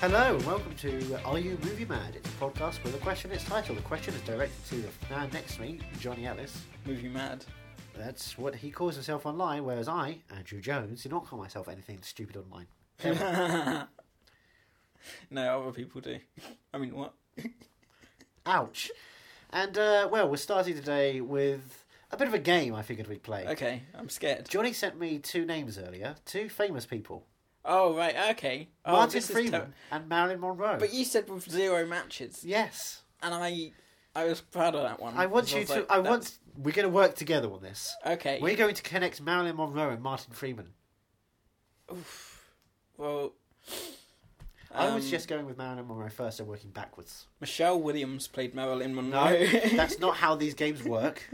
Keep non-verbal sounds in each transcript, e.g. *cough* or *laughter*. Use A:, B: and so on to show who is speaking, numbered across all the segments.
A: Hello and welcome to Are You Movie Mad? It's a podcast with a question. It's titled. The question is directed to the man next to me, Johnny Ellis. *laughs*
B: Movie mad.
A: That's what he calls himself online, whereas I, Andrew Jones, do not call myself anything stupid
B: *laughs*
A: online.
B: No, other people do. I mean, what?
A: Ouch. And uh, well, we're starting today with a bit of a game. I figured we'd play.
B: Okay, I'm scared.
A: Johnny sent me two names earlier, two famous people,
B: Oh right, okay. Oh,
A: Martin
B: this is
A: Freeman
B: ter-
A: and Marilyn Monroe.
B: but you said with zero matches,
A: yes,
B: and I, I was proud of that one.
A: I want
B: Mm, because
A: you
B: was
A: to.
B: like,
A: I
B: that's-
A: want. We're going to work together on this.
B: Okay.
A: We're going to connect Marilyn Monroe and Martin Freeman.
B: Well,
A: I was
B: um,
A: just going with Marilyn Monroe first and working backwards.
B: Michelle Williams played Marilyn Monroe.
A: No, that's not how these games work.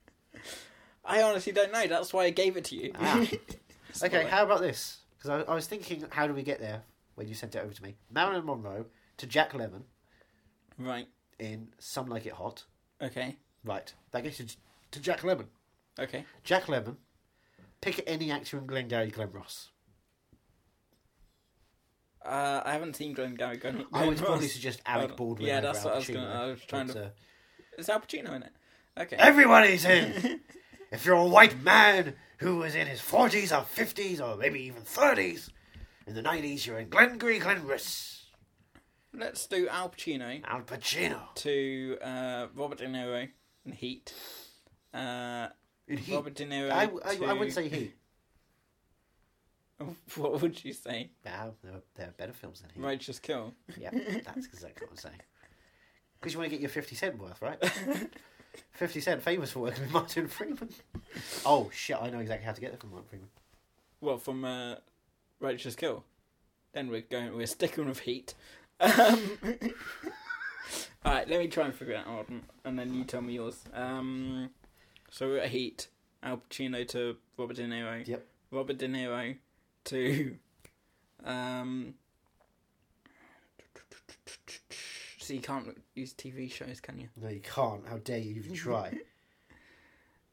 B: *laughs* I honestly don't know. That's why I gave it to you. *laughs*
A: Ah.
B: It's
A: Okay,
B: not
A: how about this? Because I, I was thinking, how do we get there when you sent it over to me? Marilyn Monroe to Jack Lemon
B: like- right.
A: in Some Like It Hot.
B: Okay.
A: Right, that gets you to Jack Lemon.
B: Okay.
A: Jack Lemon, pick any actor in Glengarry Glen Ross.
B: Uh, I haven't seen Glenn Gary going.
A: I would probably suggest Alec Baldwin.
B: Uh, Yeah,
A: over
B: that's
A: Al
B: what I was
A: Pacino,
B: going. to I was trying
A: but,
B: to.
A: uh,
B: Is Al Pacino in it? Okay.
A: Everybody's
B: *laughs*
A: in. if you're a white man who was in his 40s or 50s or maybe even 30s, in the 90s, you're in Glengarry Glen Ross.
B: Let's do Al Pacino
A: Al Pacino.
B: to uh, Robert De Niro in Heat. Uh,
A: In Heat.
B: Robert De Niro.
A: I, I,
B: to...
A: I would say he.
B: *laughs* What would you say?
A: Yeah, there are, there are better films than he.
B: Righteous Kill.
A: Yeah, that's exactly what I'm saying. Because you want to get your 50 cent worth,
B: *laughs*
A: right? 50 cent, famous for working with Martin Freeman. Oh, shit, I know exactly how to get there from Martin Freeman.
B: Well, from uh, Righteous Kill. Then we're going. We're sticking with Heat. Um, *laughs* all right, let me try and figure it out, and- and then you tell me yours. Um, so we're at Heat. Al Pacino to Robert De Niro.
A: Yep.
B: Robert De Niro to um. So you can't use TV shows, can you?
A: No, you can't. How dare you even try?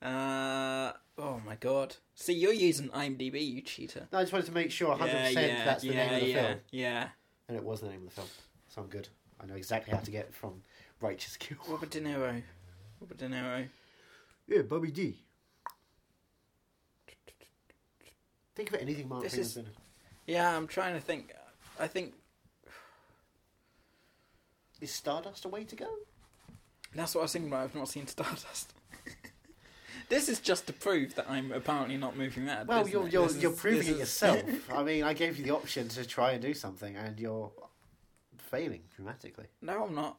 B: Uh oh my god! See, you're using IMDb, you cheater.
A: No, I just wanted to make sure 100% that's the
B: yeah,
A: name of the
B: yeah,
A: film.
B: Yeah,
A: And it was the name of the film. So I'm good. I know exactly how to get from Righteous Kill.
B: Robert De Niro. Robert De Niro.
A: Yeah, Bobby D. Think of anything Martin
B: This
A: Freeman's
B: is-
A: in.
B: Yeah, I'm trying to think. I think
A: Is Stardust a way to go?
B: that's what I was thinking about. I've not seen Stardust. *laughs* this is just to prove that I'm apparently not moving mad.
A: Well,
B: isn't
A: you're,
B: it?
A: you're,
B: Uh, This is-
A: you're proving
B: this
A: it
B: is-
A: yourself. I mean, I gave you the option to try and do something, and you're failing dramatically.
B: *laughs* no, I'm not.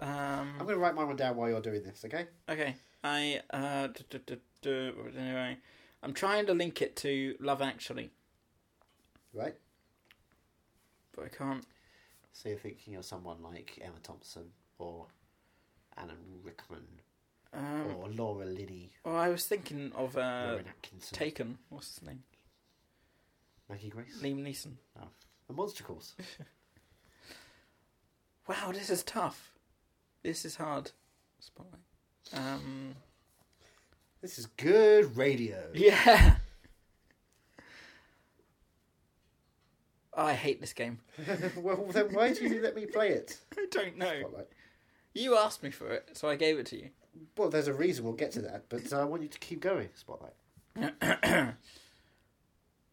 A: I'm
B: Um.
A: going to write mine down while you're doing this, okay?
B: Okay. I uh. Du, du, du, du, Robert De Niro. I'm trying to link it to Love Actually,
A: Right?
B: but I can't.
A: So you're thinking of someone like Emma Thompson or Alan Rickman
B: Um,
A: or Laura Linney,
B: Well, I was thinking of uh,
A: Lauren Atkinson,
B: Taken. What's his name?
A: Maggie Grace,
B: Liam Neeson.
A: The Monster Course.
B: Wow, this is tough. This is hard. Spotlight. Um,
A: This is good radio.
B: *laughs* yeah. Oh, I hate this game.
A: *laughs* well, then why do you let me play it?
B: *laughs* I don't know.
A: Spotlight.
B: You asked me for it, so I gave it to you.
A: Well, there's a reason we'll get to that, but uh, I want you to keep going. Spotlight.
B: *clears throat*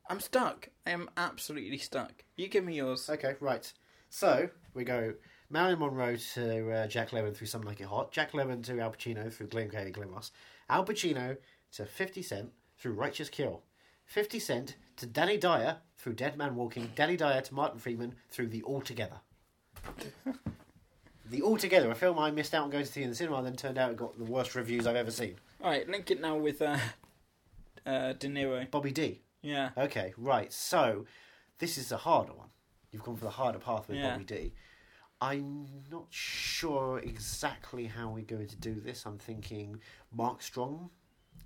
B: I'm stuck. I am absolutely stuck. You give me yours.
A: Okay, right. So we go Marilyn Monroe to uh, Jack Lemmon through Some Like It Hot, Jack Lemmon to Al Pacino through Glenn Gary Glen Ross, Al Pacino to 50 Cent through Righteous Kill, 50 Cent to Danny Dyer through Dead Man Walking, Danny Dyer to Martin Freeman through The All Together. the All Together, a film I missed out on going to see in the cinema, and then turned out it got the worst reviews I've ever seen.
B: All right, link it now with uh, uh, De Niro.
A: Bobby D.
B: Yeah.
A: *laughs* Okay, right. So this is the harder one. You've gone for the harder path with
B: Yeah.
A: Bobby D. I'm not sure exactly how we're going to do this. I'm thinking Mark Strong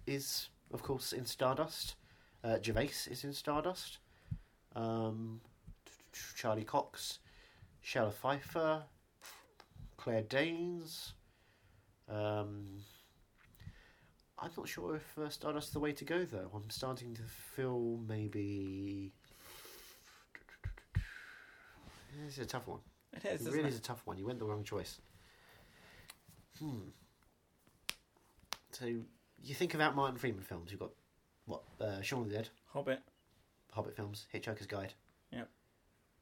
A: is, of course, in Stardust. Uh, Gervais is in Stardust. Um, Charlie Cox, Shella Pfeiffer, Claire Danes. Um, I'm not sure if uh, Stardust's the way to go, though. I'm starting to feel maybe. This is a tough one.
B: It is,
A: it
B: isn't
A: really
B: it?
A: is a tough one. You went the wrong choice. Hmm. So you think about Martin Freeman films. You've got what? Uh, Shaun of the Dead,
B: Hobbit.
A: Hobbit films, Hitchhiker's Guide.
B: Yep.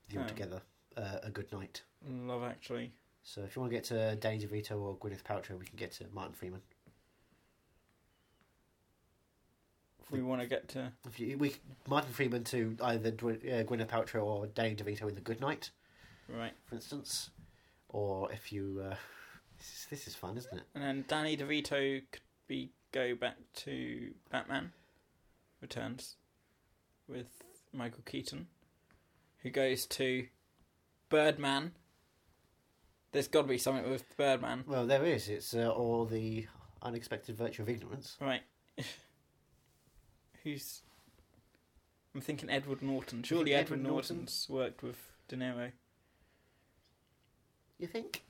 A: The
B: Oh.
A: Altogether, uh, A Good Night.
B: Love Actually.
A: So if you want to get to Danny DeVito or Gwyneth Paltrow, we can get to Martin Freeman.
B: If we want to get to.
A: If you, we Martin Freeman to either Dw- uh, Gwyneth Paltrow or Danny DeVito in The Good Night,
B: Right.
A: for instance, or if you uh, this is this is fun,
B: *laughs*
A: isn't it?
B: And then Danny DeVito could be go back to Batman Returns with Michael Keaton, who goes to Birdman. There's got to be something with Birdman,
A: Well, there is. It's uh, all the unexpected virtue of ignorance.
B: right? *laughs* Who's? I'm thinking Edward Norton. Surely
A: think
B: Edward
A: Edward Norton?
B: Norton's worked with De Niro.
A: You think?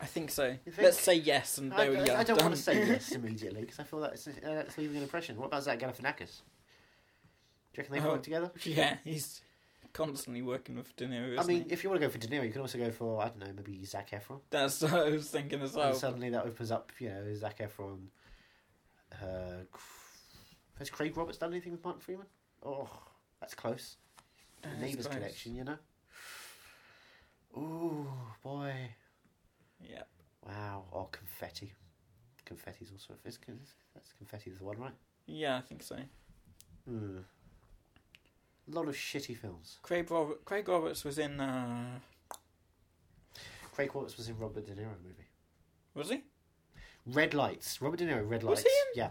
B: I think so.
A: You think?
B: Let's say yes, and
A: I,
B: Mm, there we go.
A: I don't want
B: Done.
A: to say
B: *laughs*
A: yes immediately because I feel that's uh, that's leaving an impression. What about Zach Galifianakis? Do you reckon they
B: Oh.
A: work together?
B: yeah, he's constantly working with De Niro. Isn't
A: I mean,
B: he?
A: if you want to go for De Niro, you can also go for I don't know, maybe Zach Efron.
B: that's *laughs* what I was thinking as well.
A: and suddenly that opens up, you know, Zac Efron. Uh, has Craig Roberts done anything with Martin Freeman? Oh, that's close.
B: That is
A: Neighbours
B: close.
A: connection, you know. Ooh, boy.
B: Yeah.
A: Wow. Oh, confetti. Confetti's also a is, is- That's confetti, the one, right?
B: Yeah, I think so.
A: Hmm. A lot of shitty films.
B: Craig, Robert, Craig Roberts was in. Uh,
A: Craig Roberts was in Robert De Niro movie.
B: was he?
A: Red Lights. Robert De Niro, Red
B: Was
A: Lights.
B: he
A: Yeah,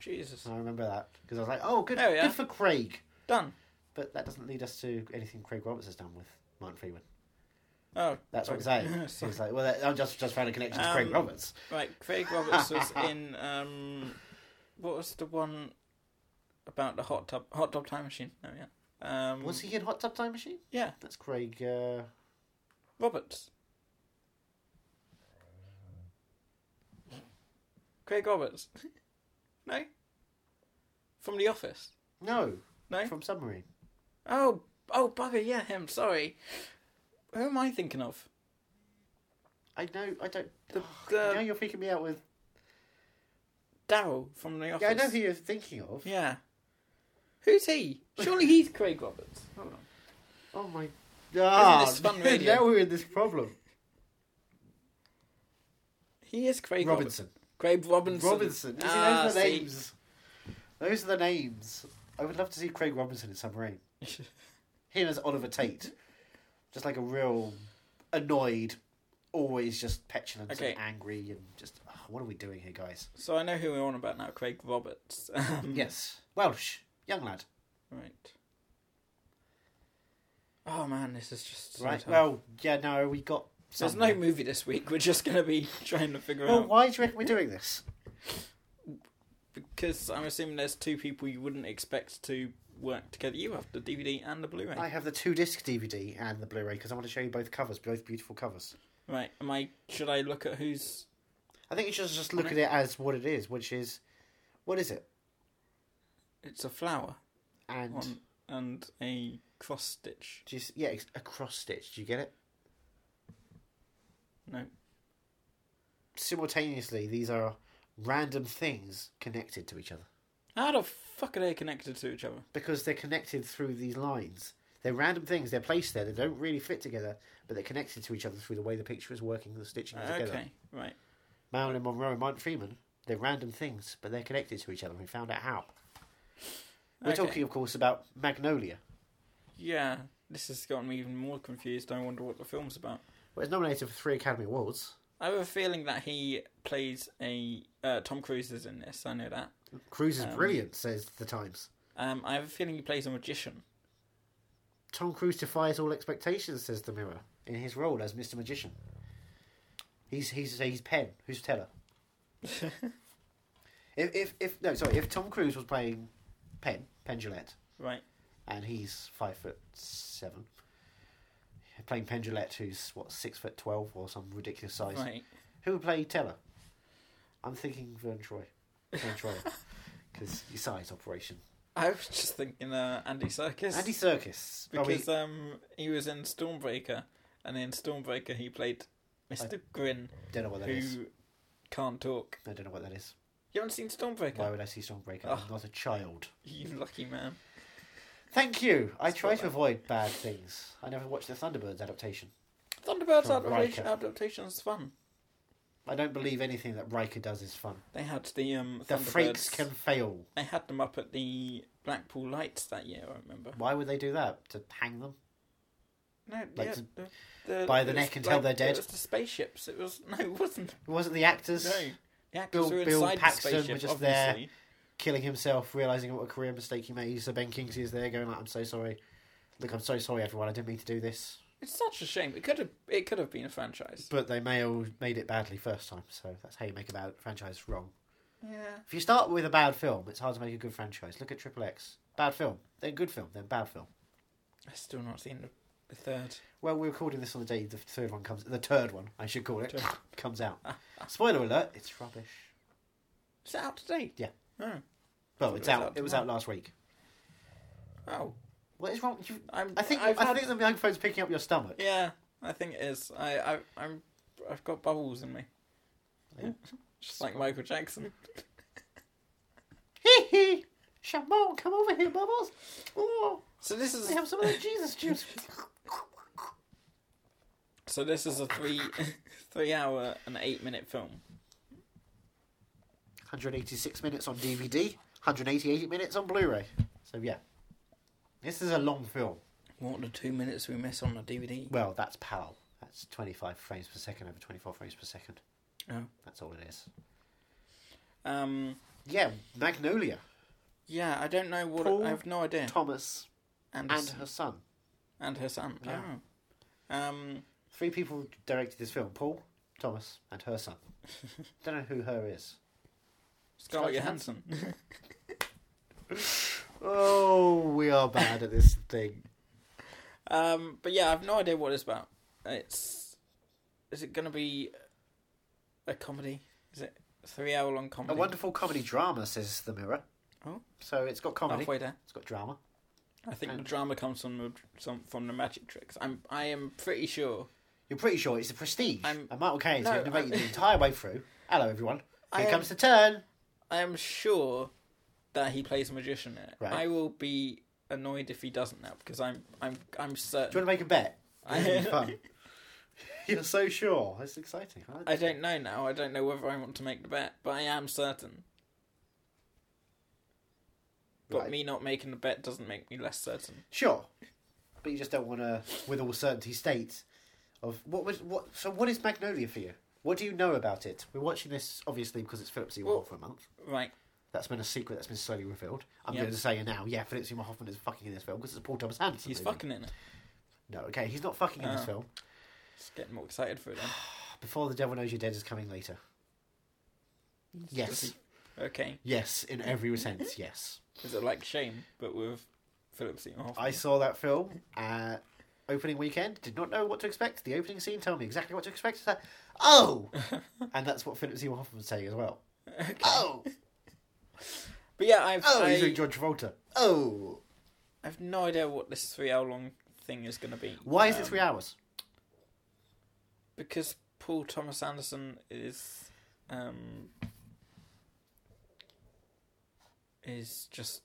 B: Jesus.
A: I remember that. Because I was like, oh, good,
B: Oh, yeah.
A: good for Craig.
B: Done.
A: But that doesn't lead us to anything Craig Roberts has done with Martin
B: *laughs*
A: Freeman.
B: Oh,
A: That's what I'm
B: Okay.
A: saying.
B: *laughs* Sorry.
A: It's like, well, that, I just just found a connection to Craig
B: Um,
A: Roberts.
B: right. Craig
A: *laughs*
B: Roberts was in. Um, what was the one about the hot tub? Hot tub time machine. Oh yeah. Um,
A: Was he in Hot Tub Time Machine?
B: Yeah,
A: That's Craig. Uh,
B: Roberts. Craig Roberts. *laughs* no. From The Office.
A: no,
B: No.
A: from Submarine.
B: Oh, oh, bugger, yeah, him. Sorry. Who am I thinking of?
A: I know. I don't.
B: The-
A: now
B: the-
A: you're freaking me out with.
B: Daryl from The Office.
A: Yeah, I know who you're thinking of.
B: Yeah. Who's he? Surely he's Craig Roberts. Hold on.
A: Oh my. Ah,
B: this
A: *laughs*
B: fun radio?
A: now we're in this problem.
B: He is Craig Roberts.
A: Robinson.
B: Craig Robinson.
A: Robinson. You see,
B: Ah,
A: those are the
B: see.
A: names. Those are the names. I would love to see Craig Robinson in Submarine. Him as Oliver Tate. Just like a real annoyed, always just petulant
B: Okay.
A: and angry and just, "Ah, what are we doing here, guys?
B: *laughs* so I know who we're on about now. Craig Roberts. *laughs* Um,
A: Yes. Welsh. Young lad.
B: Right. Oh man, this is just so
A: Right.
B: tough.
A: Well, yeah, no, we got.
B: There's
A: some.
B: no movie this week. We're just going to be trying to figure
A: Well,
B: out
A: why do you reckon we're doing this?
B: because I'm assuming there's two people you wouldn't expect to work together. You have the DVD and the Blu-ray.
A: I have the two disc DVD and the Blu ray because I want to show you both covers, both beautiful covers.
B: Right. Am I? Should I look at who's?
A: I think you should just look at it as what it is, which is. What is it?
B: It's a flower
A: And.
B: on and a cross stitch.
A: Do you, s- yeah, it's a cross stitch. Do you get it?
B: No.
A: Simultaneously, these are random things connected to each other
B: How the fuck are they connected to each other?
A: because they're connected through these lines. They're random things. They're placed there. They don't really fit together, but they're connected to each other through the way the picture is working, the stitching is together.
B: Ah, Okay. Right.
A: Marilyn Monroe and Martin Freeman. They're random things, but they're connected to each other. We found out how. We're
B: Okay.
A: talking, of course, about Magnolia.
B: Yeah. This has gotten me even more confused. I wonder what the film's about.
A: Well, it's nominated for three Academy Awards.
B: I have a feeling that he plays a uh, Tom Cruise is in this. I know that.
A: Cruise is
B: Um,
A: brilliant, says The Times.
B: Um, I have a feeling he plays
A: *laughs*
B: a magician.
A: Tom Cruise defies all expectations, says the Mirror, in his role as Mr. Magician. He's he's he's Penn, who's Teller. if, if if no, sorry, if Tom Cruise was playing Penn, Penn Jillette,
B: Right.
A: and he's five foot seven, playing Penn Jillette, who's what six foot twelve or some ridiculous size,
B: Right.
A: who would play Teller?
B: *laughs*
A: I'm thinking Vern Troy, Vern Troy, because your size operation
B: I was just thinking uh, Andy Serkis.
A: Andy Oh, Circus.
B: because um, he was in Stormbreaker, and in Stormbreaker he played Mr. Grin,
A: I don't know what that
B: who
A: is.
B: can't talk.
A: I don't know what that is.
B: You haven't seen Stormbreaker?
A: Why would I see Stormbreaker?
B: Ugh.
A: I'm not a child.
B: You lucky man.
A: Thank you. I
B: It's
A: try
B: not
A: to
B: bad.
A: avoid bad things. I never watched the Thunderbirds adaptation.
B: Thunderbirds
A: Sure,
B: adaptation,
A: Riker.
B: adaptation's fun.
A: I don't believe anything that Riker does is fun.
B: They had the um,
A: The
B: Thunderbirds.
A: freaks can fail.
B: They had them up at the Blackpool Lights that year. I remember.
A: Why would they do that? To hang them?
B: No,
A: Like
B: yeah,
A: to
B: the, the-
A: by the
B: it
A: neck
B: was
A: until they're dead?
B: It was the spaceships. It was *laughs* no, it wasn't.
A: It wasn't the actors
B: No, the actors
A: Bill-
B: were inside
A: Bill
B: the
A: Paxton were
B: spaceship.
A: just there.
B: obviously.
A: killing himself, realizing what a career mistake he made. So Ben Kingsley is there, going like, "I'm so sorry. Look, I'm so sorry, everyone. I didn't mean to do this."
B: It's such a shame. It could have. It could have been a franchise.
A: But they may have made it badly first time, so that's how you make a bad franchise wrong.
B: Yeah.
A: If you start with a bad film, it's hard to make a good franchise. Look at Triple X. Bad film, then good film, then bad film.
B: I've still not seen the, the third.
A: Well, we're recording this on the day the third one comes. The third one, I should call it,
B: Third.
A: *laughs* comes out. Spoiler alert: it's rubbish.
B: Is that out to date?
A: Yeah.
B: Oh.
A: Well,
B: Thought
A: it's out. It was out
B: tomorrow.
A: last week.
B: Oh.
A: What is wrong? You,
B: I'm.
A: I think i
B: I've had-
A: think the microphone's picking up your
B: *laughs*
A: stomach.
B: Yeah, I think it is. I, I I'm I've got bubbles in me.
A: Yeah.
B: Just like Michael Jackson.
A: Hee hee! Shamon, come over here, Bubbles. Oh,
B: So this is
A: I have some of that Jesus juice.
B: so this is a three *laughs* three hour and eight minute film.
A: 186 minutes on DVD, 188 minutes on Blu-ray. So yeah, this is a long film.
B: What the two minutes we miss on the DVD?
A: Well, that's PAL. That's 25 frames per second over 24 frames per second.
B: Oh.
A: That's all it is.
B: Um.
A: Yeah, Magnolia,
B: Yeah, I don't know what.
A: Paul
B: I have no idea.
A: Thomas,
B: and her,
A: and
B: s-
A: her son.
B: and her son.
A: Yeah.
B: Oh. Um.
A: Three people directed this film: Paul, Thomas, and her
B: *laughs*
A: son. Don't know who her is.
B: Scarlett
A: Scarlett
B: Johansson.
A: Oh, we are bad at this thing.
B: um. But yeah, I've no idea what it's about. It's. Is it going to be a comedy? Is it a three hour long comedy?
A: A wonderful comedy drama, says the Mirror.
B: Oh.
A: so it's got comedy.
B: Halfway there.
A: It's got drama.
B: I think the
A: And-
B: drama comes from the some, from the magic tricks. I'm I am pretty sure.
A: You're pretty sure it's a prestige.
B: I'm-
A: and Michael Caine's
B: No,
A: going to make
B: I'm-
A: you the entire way through. Hello, everyone.
B: I
A: Here
B: am-
A: comes the turn.
B: I am sure that he plays a magician in it.
A: Right.
B: I will be annoyed if he doesn't now because I'm I'm I'm
A: Do you
B: certain.
A: want to make a bet? This will be
B: *laughs* I,
A: fun. You're so sure. That's exciting. I like
B: I
A: this.
B: don't know now. I don't know whether I want to make the bet, but I am certain. But
A: Right.
B: me not making the bet doesn't make me less certain.
A: Sure, but you just don't want to, with all certainty, state of what was what. So, what is Magnolia for you? What do you know about it? We're watching this obviously because it's Philip Seymour
B: Well-
A: Hoffman month.
B: Right.
A: That's been a secret that's been slowly revealed. I'm
B: Yep.
A: going to say it now. Yeah, Philip Seymour Hoffman is fucking in this film because it's a Paul Thomas Anderson.
B: He's
A: movie.
B: fucking in it.
A: No, okay, he's not fucking in
B: Oh.
A: this film.
B: Just getting more excited for it then.
A: Before the Devil Knows You're Dead is coming later. Yes.
B: Okay.
A: Yes, in every sense, yes.
B: Is it like Shame, but with Philip Seymour Hoffman?
A: I saw that film uh, opening weekend, did not know what to expect. The opening scene told me exactly what to expect. It's like, oh! and that's what Philip Seymour Hoffman was saying as well.
B: Okay.
A: Oh!
B: But yeah, I've
A: Oh,
B: I,
A: he's doing John Travolta. Oh!
B: I've no idea what this three hour long thing is going to be.
A: Why is it
B: Um,
A: three hours?
B: Because Paul Thomas Anderson is, um, is just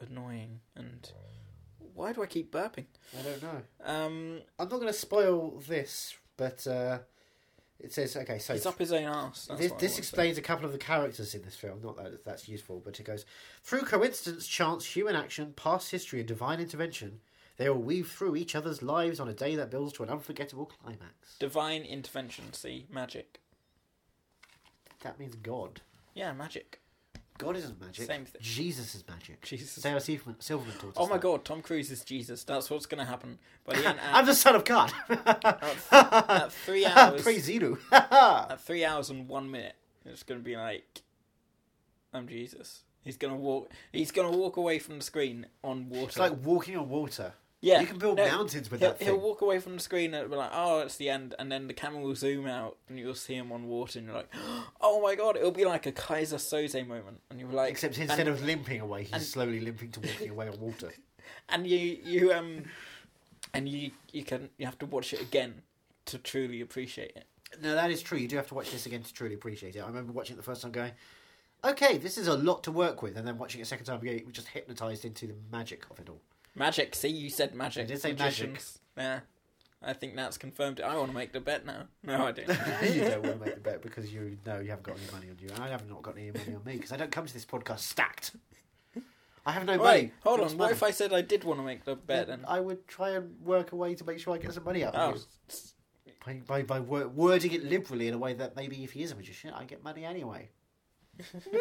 B: annoying. And why do I keep burping?
A: I don't know.
B: Um,
A: I'm not going to spoil this, but uh, it says, okay, so.
B: he's up his own ass. That's
A: this
B: what I
A: this
B: want to say.
A: explains a couple of the characters in this film. Not that that's useful, but it goes through coincidence, chance, human action, past history, and divine intervention. They all weave through each other's lives on a day that builds to an unforgettable climax.
B: divine intervention. See magic.
A: That means God.
B: Yeah, magic.
A: God isn't magic.
B: Same thing.
A: Jesus is magic.
B: Jesus.
A: Sarah Silverman, Silverman taught us
B: Oh my
A: that.
B: God! Tom Cruise is Jesus. That's what's going to happen.
A: *laughs*
B: By the end,
A: I'm the son of
B: *laughs*
A: God.
B: at three
A: *laughs*
B: hours,
A: Praise Zenu. *laughs*
B: at three hours and one minute, it's going to be like, I'm Jesus. He's going to walk. He's going to walk away from the screen on water.
A: it's like walking on water.
B: Yeah,
A: you can build
B: no,
A: mountains with
B: He'll,
A: that
B: he'll
A: thing.
B: walk away from the screen and it'll be like, "Oh, it's the end," and then the camera will zoom out and you'll see him on water, and you're like, *gasps* "Oh my god!" It'll be like a Kaiser Soze moment, and you'll be like,
A: Except
B: and-
A: instead of limping away, he's
B: and-
A: slowly limping to
B: *laughs*
A: walking away on water.
B: and you you um and you you can you have to watch it again to truly appreciate it.
A: No, that is true. You do have to watch this again to truly appreciate it. I remember watching it the first time, going, "Okay, this is a lot to work with," and then watching it a second time, you were just hypnotized into the magic of
B: *laughs*
A: it all.
B: Magic. See, you said magic.
A: I did say
B: Magicians. Yeah, I think that's confirmed. I want to make the bet now. No,
A: *laughs*
B: I don't.
A: you don't want to make the bet because you know you haven't got any money on you, and I have not got any money on me because I don't come to this podcast stacked. I have no
B: Wait,
A: money.
B: hold
A: It's
B: on. What
A: money.
B: if I said I did want to make the bet?
A: Then
B: And
A: I would try and work a way to make sure I get some money out
B: oh,
A: of you. By, by, by wor- wording it liberally in a way that maybe if he is a magician, I get money
B: *laughs*
A: anyway. *laughs*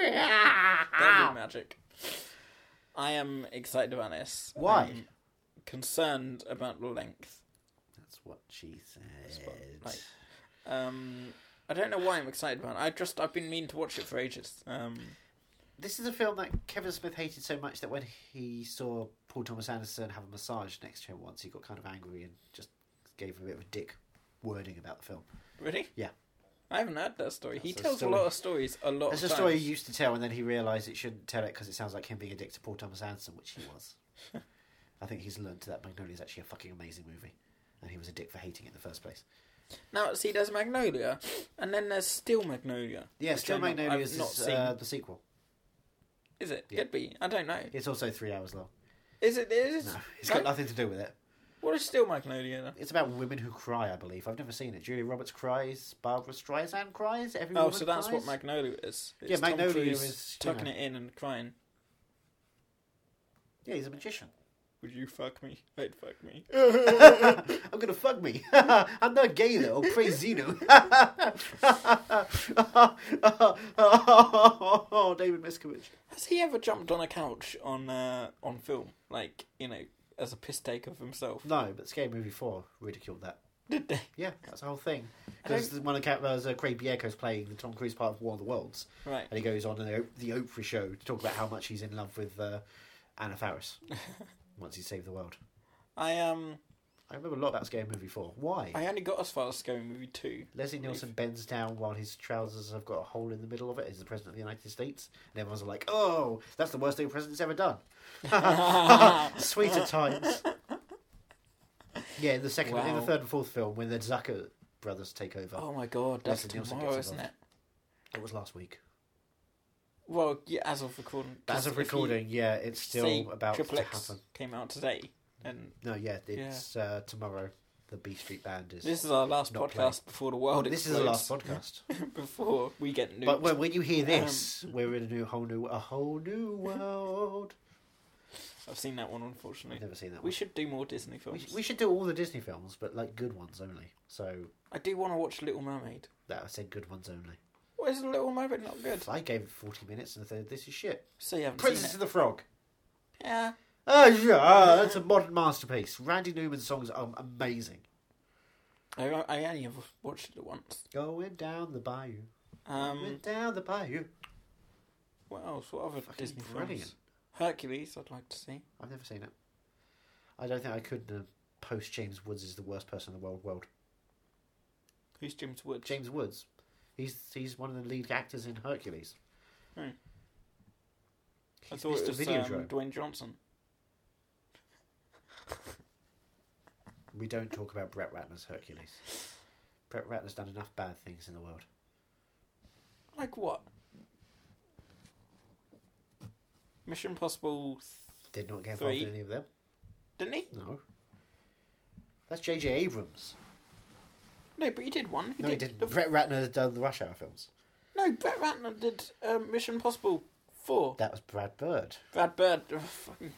B: that'd be magic. I am excited about this.
A: Why?
B: I'm concerned about the length.
A: That's what she
B: That's
A: said.
B: what- like- Um, I don't know why I'm excited about. it. I just I've been meaning to watch it for ages. Um,
A: This is a film that Kevin Smith hated so much that when he saw Paul Thomas Anderson have a massage next to him once, he got kind of angry and just gave him a bit of a dick wording about the film.
B: really?
A: Yeah.
B: I haven't heard that story. he
A: That's a
B: tells
A: story.
B: a lot of stories. A lot.
A: That's
B: of
A: a story
B: times.
A: he used to tell, and then he realised it shouldn't tell it because it sounds like him being a dick to Paul Thomas Anderson, which he was.
B: *laughs*
A: I think he's learned that Magnolia is actually a fucking amazing movie, and he was a dick for hating it in the first place.
B: Now, see, there's Magnolia, and then there's Steel Magnolia.
A: Yeah,
B: which
A: Still
B: I'm not-
A: Magnolia
B: I've
A: is
B: not
A: is,
B: seen.
A: uh, the sequel.
B: Is it?
A: yeah.
B: Could be. I don't know.
A: It's also three hours long.
B: Is it? Is
A: No,
B: it?
A: it's got
B: No?
A: nothing to do with it.
B: What is Steel Magnolia? Then?
A: It's about women who cry, I believe. I've never seen it. Julia Roberts cries, Barbara Streisand cries, every
B: Oh,
A: woman
B: so that's
A: cries.
B: what Magnolia is. It's
A: Yeah, Magnolia
B: Tom Cruise
A: is, you
B: tucking
A: know.
B: it in and crying.
A: Yeah, he's a magician. *laughs*
B: Would you fuck me? I'd fuck me.
A: I'm gonna fuck me. *laughs* I'm not gay though. Praise Zeno. oh, *laughs* David Miskovich.
B: Has he ever jumped on a couch on uh, on film, like you know, as a piss take of himself? *laughs*
A: No, but Scary Movie Four ridiculed that.
B: Did they?
A: Yeah, that's the whole thing.
B: I
A: Because one of the characters, uh, Craig Bieco's playing the Tom Cruise part of War of the Worlds,
B: Right.
A: and he goes on the, the Oprah show to talk about how much he's in love with uh, Anna
B: *laughs*
A: Faris once he saved the world.
B: I um,
A: I remember a lot about Scary Movie Four. Why?
B: I only got as far as Scary Movie two.
A: Leslie Nielsen bends down while his trousers have got a hole in the middle of it. He's the president of the United States, and everyone's like, "Oh, that's the worst thing a president's ever
B: *laughs*
A: done." *laughs* Sweeter times. Yeah, in the second, in the
B: Wow.
A: third and fourth film, when the Zucker brothers take over,
B: Oh my god, that's
A: Leslie Nielsen
B: tomorrow,
A: gets
B: isn't it?
A: involved. it was last week.
B: Well, yeah, as of recording. 'cause
A: As of
B: if you
A: recording, yeah, it's
B: say
A: still about
B: Triple
A: to
B: X
A: happen.
B: came out today, and
A: No, yeah, it's Uh, tomorrow. The B Street Band is.
B: this is our last
A: Not
B: podcast
A: playing.
B: before the world.
A: this is
B: explodes,
A: the last podcast.
B: *laughs* before we get new.
A: But when, when you hear this, we're in a new, whole new, a whole new world.
B: I've seen that one, unfortunately.
A: I've never seen that.
B: We
A: one.
B: should do more Disney
A: We,
B: films.
A: sh- we should do all the Disney films, but like good ones only. So
B: I do want to watch Little Mermaid.
A: that I said good ones only.
B: Why is Little Mermaid not good?
A: I gave it forty minutes and I said this is shit.
B: So you haven't
A: Princess
B: seen
A: of the Frog.
B: it. Yeah.
A: Oh yeah, ah, that's a modern masterpiece. Randy Newman's songs are amazing.
B: I, I only have watched it once.
A: Going down the bayou, going
B: Um,
A: down the bayou.
B: what else? What other
A: Fucking
B: Disney
A: brilliant.
B: films? Hercules, I'd like to see.
A: I've never seen it. I don't think I could. Uh, post James Woods is the worst person in the world. World
B: Who's James Woods?
A: James Woods. He's he's one of the lead actors in Hercules.
B: Hmm. I
A: He's
B: thought
A: Mr.
B: it was
A: Videodrome.
B: um, Dwayne Johnson.
A: We don't talk about Brett Ratner's Hercules. Brett Ratner's done enough bad things in the world.
B: Like what? Mission Possible, th-
A: Did not get involved
B: Three.
A: in any of them.
B: didn't he?
A: No. That's J.J. Abrams.
B: No, but he did one. He
A: no,
B: did,
A: he didn't.
B: the-
A: Brett Ratner has done the Rush Hour films.
B: no, Brett Ratner did um, Mission Possible 4.
A: That was Brad Bird.
B: Brad Bird. ugh, fucking-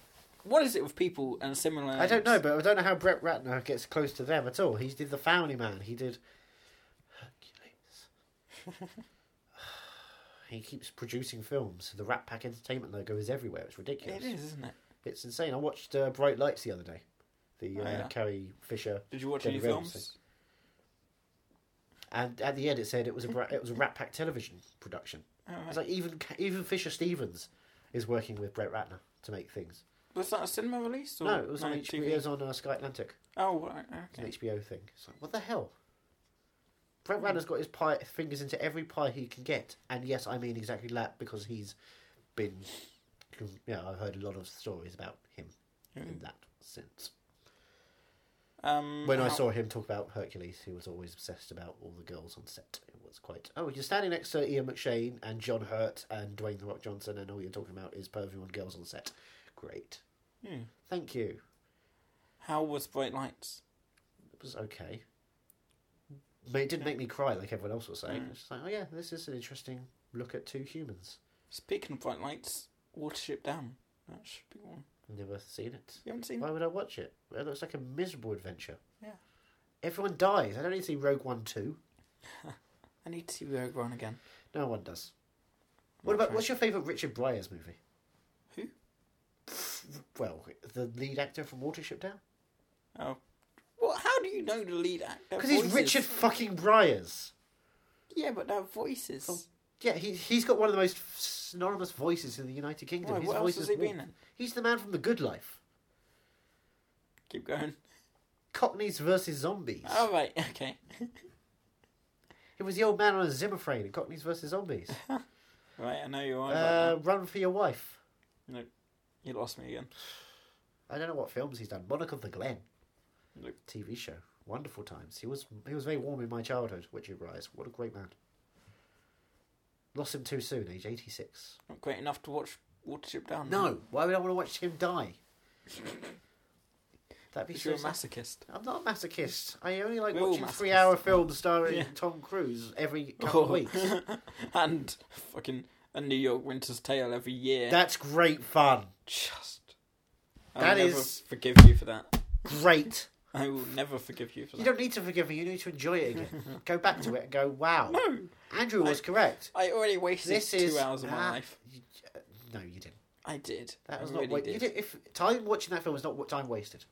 B: What is it with people and similar?
A: I don't know,
B: names?
A: but I don't know how Brett Ratner gets close to them at all. He did The Family Man. He did Hercules.
B: *laughs*
A: he keeps producing films. The Rat Pack Entertainment logo is everywhere. It's ridiculous.
B: It is, isn't it?
A: It's insane. I watched uh, Bright Lights the other day. The
B: Oh,
A: uh,
B: yeah.
A: Carrie Fisher
B: Did you watch
A: Debbie
B: any
A: Reynolds
B: films?
A: And at the end, it said it was a Bra- it was a Rat Pack television production.
B: Oh, right.
A: It's like even even Fisher Stevens is working with Brett Ratner to make things.
B: Was that a cinema release? Or
A: No, it was on HBO.
B: TV?
A: It was on uh, Sky Atlantic.
B: Oh, right.
A: It's
B: Okay.
A: an HBO thing. It's like what the hell. Brett Ratner's got his pie, fingers into every pie he can get, and yes, I mean exactly that because he's been. Yeah, I've heard a lot of stories about him in that sense.
B: Um,
A: When I
B: how-
A: saw him talk about Hercules, he was always obsessed about all the girls on set. It was quite. Oh, you're standing next to Ian McShane and John Hurt and Dwayne the Rock Johnson, and all you're talking about is perving on girls on set. Great,
B: Hmm.
A: thank you.
B: How was Bright Lights?
A: It was okay, but it didn't make me cry like everyone else was saying.
B: Mm.
A: It's just like, oh yeah, this is an interesting look at two humans.
B: Speaking of Bright Lights, Watership Down. That should be one.
A: Never seen it.
B: You haven't seen
A: Why would I watch it? It looks like a miserable adventure.
B: Mm. Yeah.
A: Everyone dies. I don't need to see Rogue One two.
B: I need to see Rogue One again.
A: No one does. What
B: Okay.
A: about what's your favourite Richard Breyer's movie?
B: Who?
A: Well, the lead actor from Watership Down.
B: Oh. Well, how do you know the lead actor?
A: Because he's
B: voices?
A: Richard fucking Breyer's.
B: Yeah, but their voices.
A: Oh, Yeah, he he's got one of the most synonymous voices in the United Kingdom.
B: Why,
A: His
B: what else
A: voice
B: has
A: is
B: he
A: warm.
B: been in?
A: He's the man from The Good Life.
B: Keep going.
A: Cockneys versus zombies.
B: All right. Okay.
A: He was the old man on a Zimmer frame in Cockneys versus Zombies.
B: Right. *laughs* I know you're on.
A: uh, Run for Your Wife.
B: you lost me again.
A: I don't know what films he's done. Monarch of the Glen.
B: Nope.
A: TV show. Wonderful times. He was he was very warm in my childhood. Richard Rise. What a great man. Lost him too soon, age eighty six.
B: Not great enough to watch Watership Down.
A: No, why would I want to watch him
B: *laughs*
A: die? That'd be
B: Because you're
A: so.
B: a masochist.
A: I'm not a masochist. I only like
B: We're all
A: watching three hour films starring
B: Yeah.
A: Tom Cruise
B: *laughs*
A: every couple of weeks.
B: Oh. and fucking a New York Winter's Tale every year.
A: That's great fun.
B: Just.
A: That
B: I will never
A: is-
B: forgive you for that.
A: Great.
B: I will never forgive you for
A: You
B: that.
A: don't need to forgive me. You need to enjoy it again. go back to it and go, wow. Andrew was correct.
B: I already wasted
A: This
B: two
A: is
B: hours of my
A: ah,
B: life.
A: you- uh, no, you didn't.
B: I did.
A: That
B: I
A: was
B: really
A: not. Wa-
B: did.
A: you did, if time watching that film was not wa- time wasted.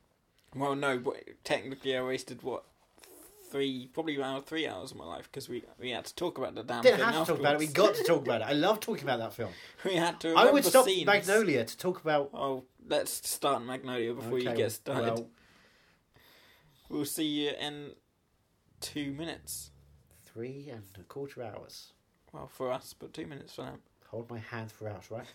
B: Well, no, but technically I wasted what three, probably around three hours of my life because we we had to talk about the damn.
A: Didn't
B: thing
A: have to talk about it. We
B: afterwards.
A: got to talk about it. I love talking about that
B: *laughs*
A: film.
B: we had to.
A: I would
B: remember
A: stop
B: scenes.
A: Magnolia to talk about.
B: Oh, let's start Magnolia before you
A: Okay,
B: get started.
A: Well,
B: We'll see you in two minutes.
A: three and a quarter hours.
B: Well, for us, but two minutes for them.
A: Hold my hand throughout, right?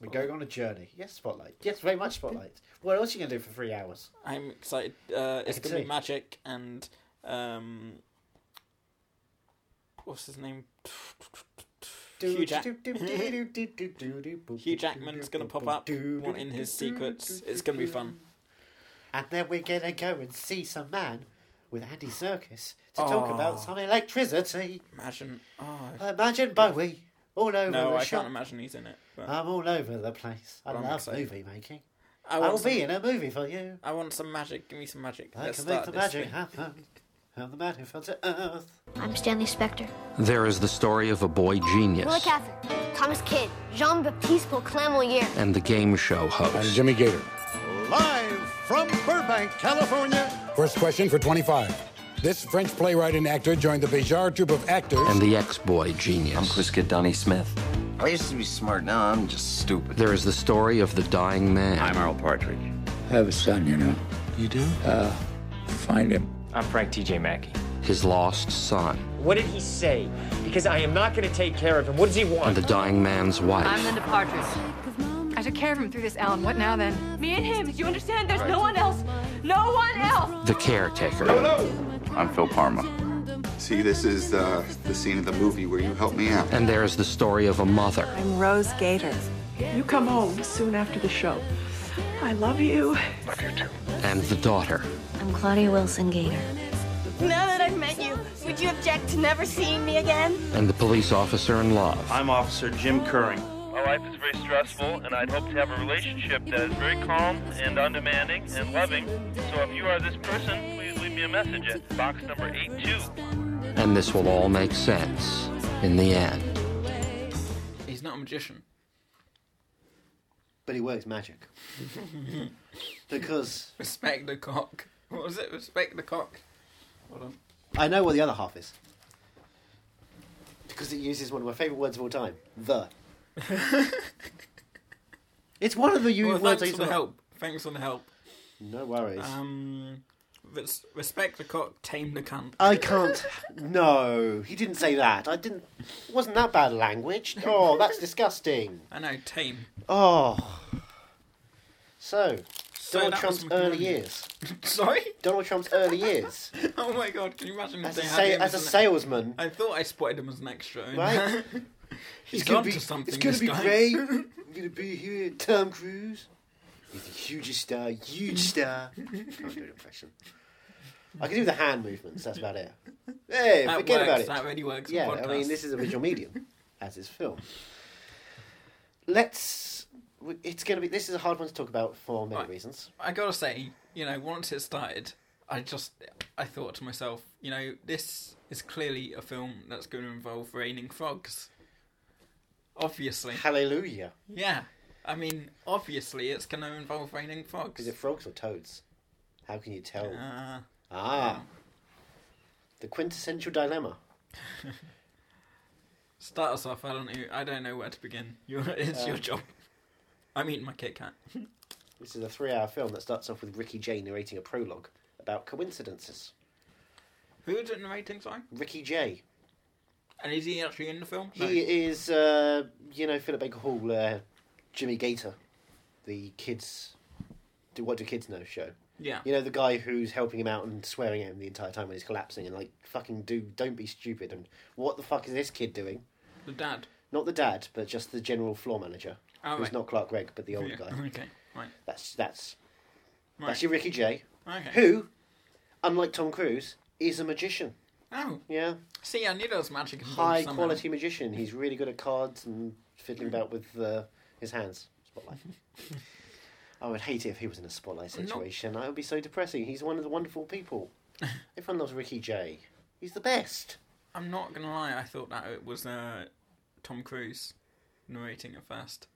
A: We're
B: *laughs*
A: going on a journey. Yes, Spotlight. Yes, very much Spotlight. What else are you going to do for three hours?
B: I'm excited. Uh, it's
A: can
B: gonna be
A: see.
B: magic and um, what's his name? Hugh, Jack- Hugh
A: Hugh
B: Jackman's gonna pop up wanting his secrets. It's gonna be fun.
A: And then we're going to go and see some man with Andy Circus to talk
B: Oh.
A: about some electricity.
B: Imagine. Oh,
A: Uh, Imagine Bowie all over
B: no,
A: the
B: I
A: shop.
B: can't imagine he's in it. But
A: I'm all over the place. I
B: I'm
A: love
B: excited.
A: movie making.
B: I
A: I
B: want
A: will
B: some,
A: be in a movie for you.
B: I want some magic. Give me some magic.
A: I
B: Let's
A: can make
B: start
A: the
B: this
A: magic
B: thing.
A: happen. I'm the man who fell to earth.
C: I'm Stanley Spector.
D: There is the story of a boy
C: Willa
D: genius
C: Cather. Thomas Kidd. Jean Baptiste Proclaim Mollier.
D: and the game show
E: and
D: host.
E: Jimmy Gator.
F: Live from Burbank, California,
E: First question for 25. This French playwright and actor joined the Béjart troupe of actors.
D: And the ex boy genius.
G: I'm Chris Kid Donnie Smith.
H: I used to be smart. Now I'm just stupid.
D: There is the story of the dying man.
G: I'm Earl Partridge.
I: I have a son, you know. You do? Uh, find him.
J: I'm Frank TJ Mackey.
D: his lost son.
J: What did he say? Because I am not going to take care of him. What does he
D: And
J: want?
D: the dying man's wife.
K: I took care of him through this, Alan. What now then? Me and him. Do you understand? There's no one else. No one else.
D: the caretaker.
G: I'm Phil Parma.
F: See, this is uh, the scene of the movie where you help me out.
D: And there is the story of a mother
K: I'm Rose Gator. You come home soon after the show. I love you.
D: and the daughter.
C: I'm Claudia Wilson Gator.
K: Now that I've met you, would you object to never seeing me again?
D: And the police officer in love.
I: I'm Officer Jim Curring.
J: My life is very stressful, and I'd hope to have a relationship that is very calm and undemanding and loving. So if you are this person, please leave me a message at box number 82.
D: and this will all make sense in the end.
B: He's not a magician.
A: But he works
B: *laughs*
A: magic. because
B: Respect the cock. What was it? Respect the cock. Hold on.
A: I know what the other half is. Because it uses one of my favourite words of all time the. It's one of the u-
B: Well,
A: words I
B: thanks
A: use
B: for
A: a
B: the
A: lot.
B: help. Thanks for the help.
A: No worries.
B: Um, res- respect the cock, tame the cunt.
A: I can't. No, he didn't say that. I didn't. Wasn't that bad language? Oh, that's disgusting.
B: I know, tame.
A: Oh. So,
B: So
A: Donald
B: that
A: Trump's
B: was my
A: early
B: plan.
A: years.
B: Sorry?
A: Donald Trump's early years.
B: *laughs* Oh my god, can you imagine if
A: As
B: they
A: a,
B: had
A: sa-
B: him
A: as a
B: an-
A: salesman,
B: I thought I spotted him as an extra.
A: Right.
B: *laughs* He's
A: It's gonna
B: gone
A: be-
B: to something.
A: It's gonna
B: this
A: be
B: guy. *laughs*
A: great. I'm gonna be here. Tom Cruise. He's the hugest star, huge
B: *laughs*
A: star. I can't do an impression. I can do the hand movements. That's about it. Hey,
B: That
A: forget
B: works.
A: about it.
B: That really works.
A: yeah,
B: on
A: I mean,
B: podcasts.
A: this is a visual
B: *laughs*
A: medium, as is film. Let's. It's gonna be. This is a hard one to talk about for many
B: Right.
A: reasons.
B: I gotta say, you know, once it started, I just I thought to myself, you know, this is clearly a film that's going to involve raining frogs. Obviously,
A: Hallelujah.
B: yeah. I mean, obviously, it's going to involve raining frogs.
A: Is it frogs or toads? How can you tell?
B: Uh,
A: Ah. The quintessential dilemma.
B: start us off. I don't know. I don't know where to begin. *laughs* Your, it's
A: Uh.
B: your job. I'm eating my Kit Kat.
A: This is a three hour film that starts off with Ricky Jay narrating a prologue about coincidences.
B: Who's it narrating? Sorry.
A: Ricky Jay.
B: And is he actually in the film? No.
A: He is, uh, you know, Philip Baker Hall, uh, Jimmy Gator, the kids. Do What Do Kids Know show.
B: Yeah.
A: You know, the guy who's helping him out and swearing at him the entire time when he's collapsing and, like, fucking do, don't be stupid and what the fuck is this kid doing?
B: The dad.
A: Not the dad, but just the general floor manager.
B: Oh,
A: who's
B: right.
A: not Clark Gregg, but the older
B: Yeah.
A: guy.
B: Okay. Right.
A: That's, that's,
B: Right.
A: that's your Ricky Jay,
B: Okay.
A: who, unlike Tom Cruise, is a magician.
B: Oh,
A: Yeah.
B: see, I knew there was magic. involved
A: high
B: somehow.
A: quality magician. He's really good at cards and fiddling about with uh, his hands.
B: *laughs*
A: Spotlight. I would hate it if he was in a spotlight
B: I'm not-
A: situation. That would be so depressing. He's one of the wonderful
B: *laughs*
A: people. Everyone loves Ricky Jay. He's the best.
B: I'm not gonna lie, I thought that it was uh, Tom Cruise narrating it first.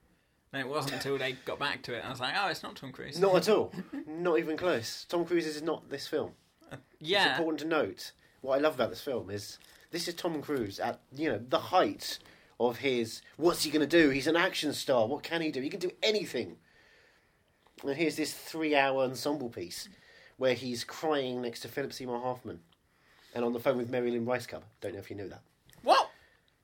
B: And it wasn't until they got back to it, I was like, oh, it's not Tom Cruise.
A: Not at
B: *laughs*
A: all. not even close. Tom Cruise is not this film. It's
B: yeah,
A: important to note. What I love about this film is this is Tom Cruise at you know the height of his. What's he going to do? He's an action star. What can he do? He can do anything. And here's this three-hour ensemble piece where he's crying next to Philip Seymour Hoffman and on the phone with Mary Lynn Rice Cub. Don't know if you knew that.
B: what?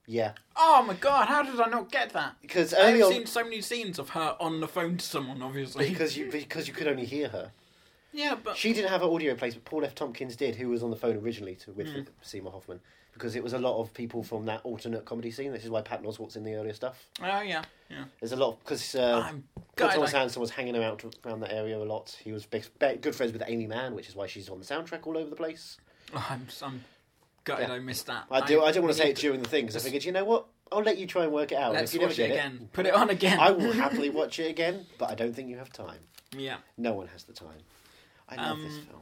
A: Yeah,
B: Oh my god, how did I not get that?
A: because
B: I've
A: early on,
B: seen so many scenes of her on the phone to someone, obviously.
A: because you because you could only hear her.
B: yeah, but
A: She didn't have her audio plays, but Paul F. Tompkins did, who was on the phone originally to, with
B: Mm.
A: Seymour Hoffman, because it was a lot of people from that alternate comedy scene. This is why Pat Oswalt's in the earlier stuff.
B: oh yeah, yeah.
A: There's a lot of because uh,
B: I'm
A: Paul
B: glad
A: Thomas
B: I-
A: Hanson was hanging out around that area a lot. He was big, be- good friends with Amy Mann, which is why she's on the soundtrack all over the place.
B: Oh, *laughs* I'm, I'm gutted
A: Yeah.
B: I missed that.
A: I do. I, don't want to say
B: need
A: it during the thing because I figured, you know what? I'll let you try and work it out. and
B: Let's
A: if you never
B: watch it
A: get
B: again. Put it on again.
A: I
B: *laughs*
A: will happily watch it again, but I don't think you have time.
B: Yeah.
A: No one has the time. I love this
B: Um,
A: film.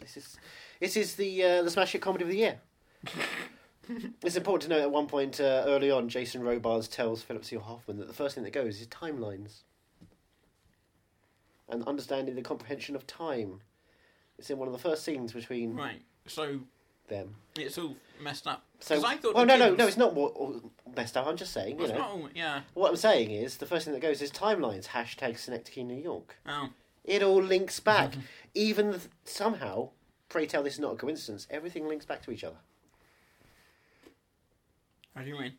A: This is this is the uh, the smash hit comedy of the
B: *laughs*
A: year. it's important to note at one point uh, early on, Jason Robards tells Philip Seymour Hoffman that the first thing that goes is timelines and understanding the comprehension of time. It's in one of the first scenes between
B: Right. So
A: them.
B: it's all messed up.
A: So,
B: 'Cause I thought
A: well, no,
B: the
A: no,
B: kid
A: no,
B: was-
A: it's not what all messed up. I'm just saying, you
B: It's
A: know,
B: not all. Yeah.
A: what I'm saying is the first thing that goes is timelines. Hashtag Synecdoche, New York.
B: Oh.
A: It all links back. Even th- somehow, pray tell this is not a coincidence. Everything links back to each other.
B: How do you mean?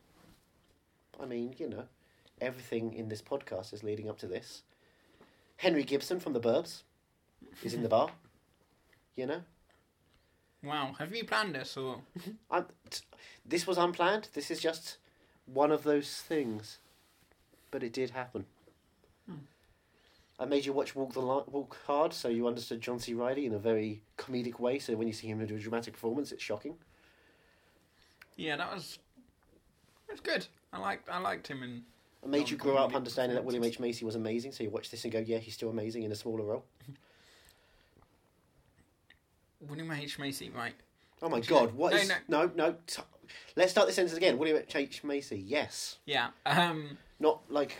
A: I mean, you know, everything in this podcast is leading up to this. Henry Gibson from the Burbs is in the bar. You know,
B: Wow, have you planned this or?
A: i t- this was unplanned. This is just one of those things, but it did happen. I made you watch Walk the Li- Walk Hard, so you understood John C. Riley in a very comedic way. So when you see him do a dramatic performance, it's shocking.
B: Yeah, that was. It was good. I liked. I liked him and.
A: It made you grow
B: Non-comedic
A: up understanding that William
B: performances.
A: H. Macy was amazing, so you watch this and go, yeah, he's still amazing in a smaller role.
B: William H Macy, right?
A: Oh my god, what
B: No,
A: is- no. No, t- let's start the sentence again. William H. Macy, yes.
B: Yeah. Um,
A: Not like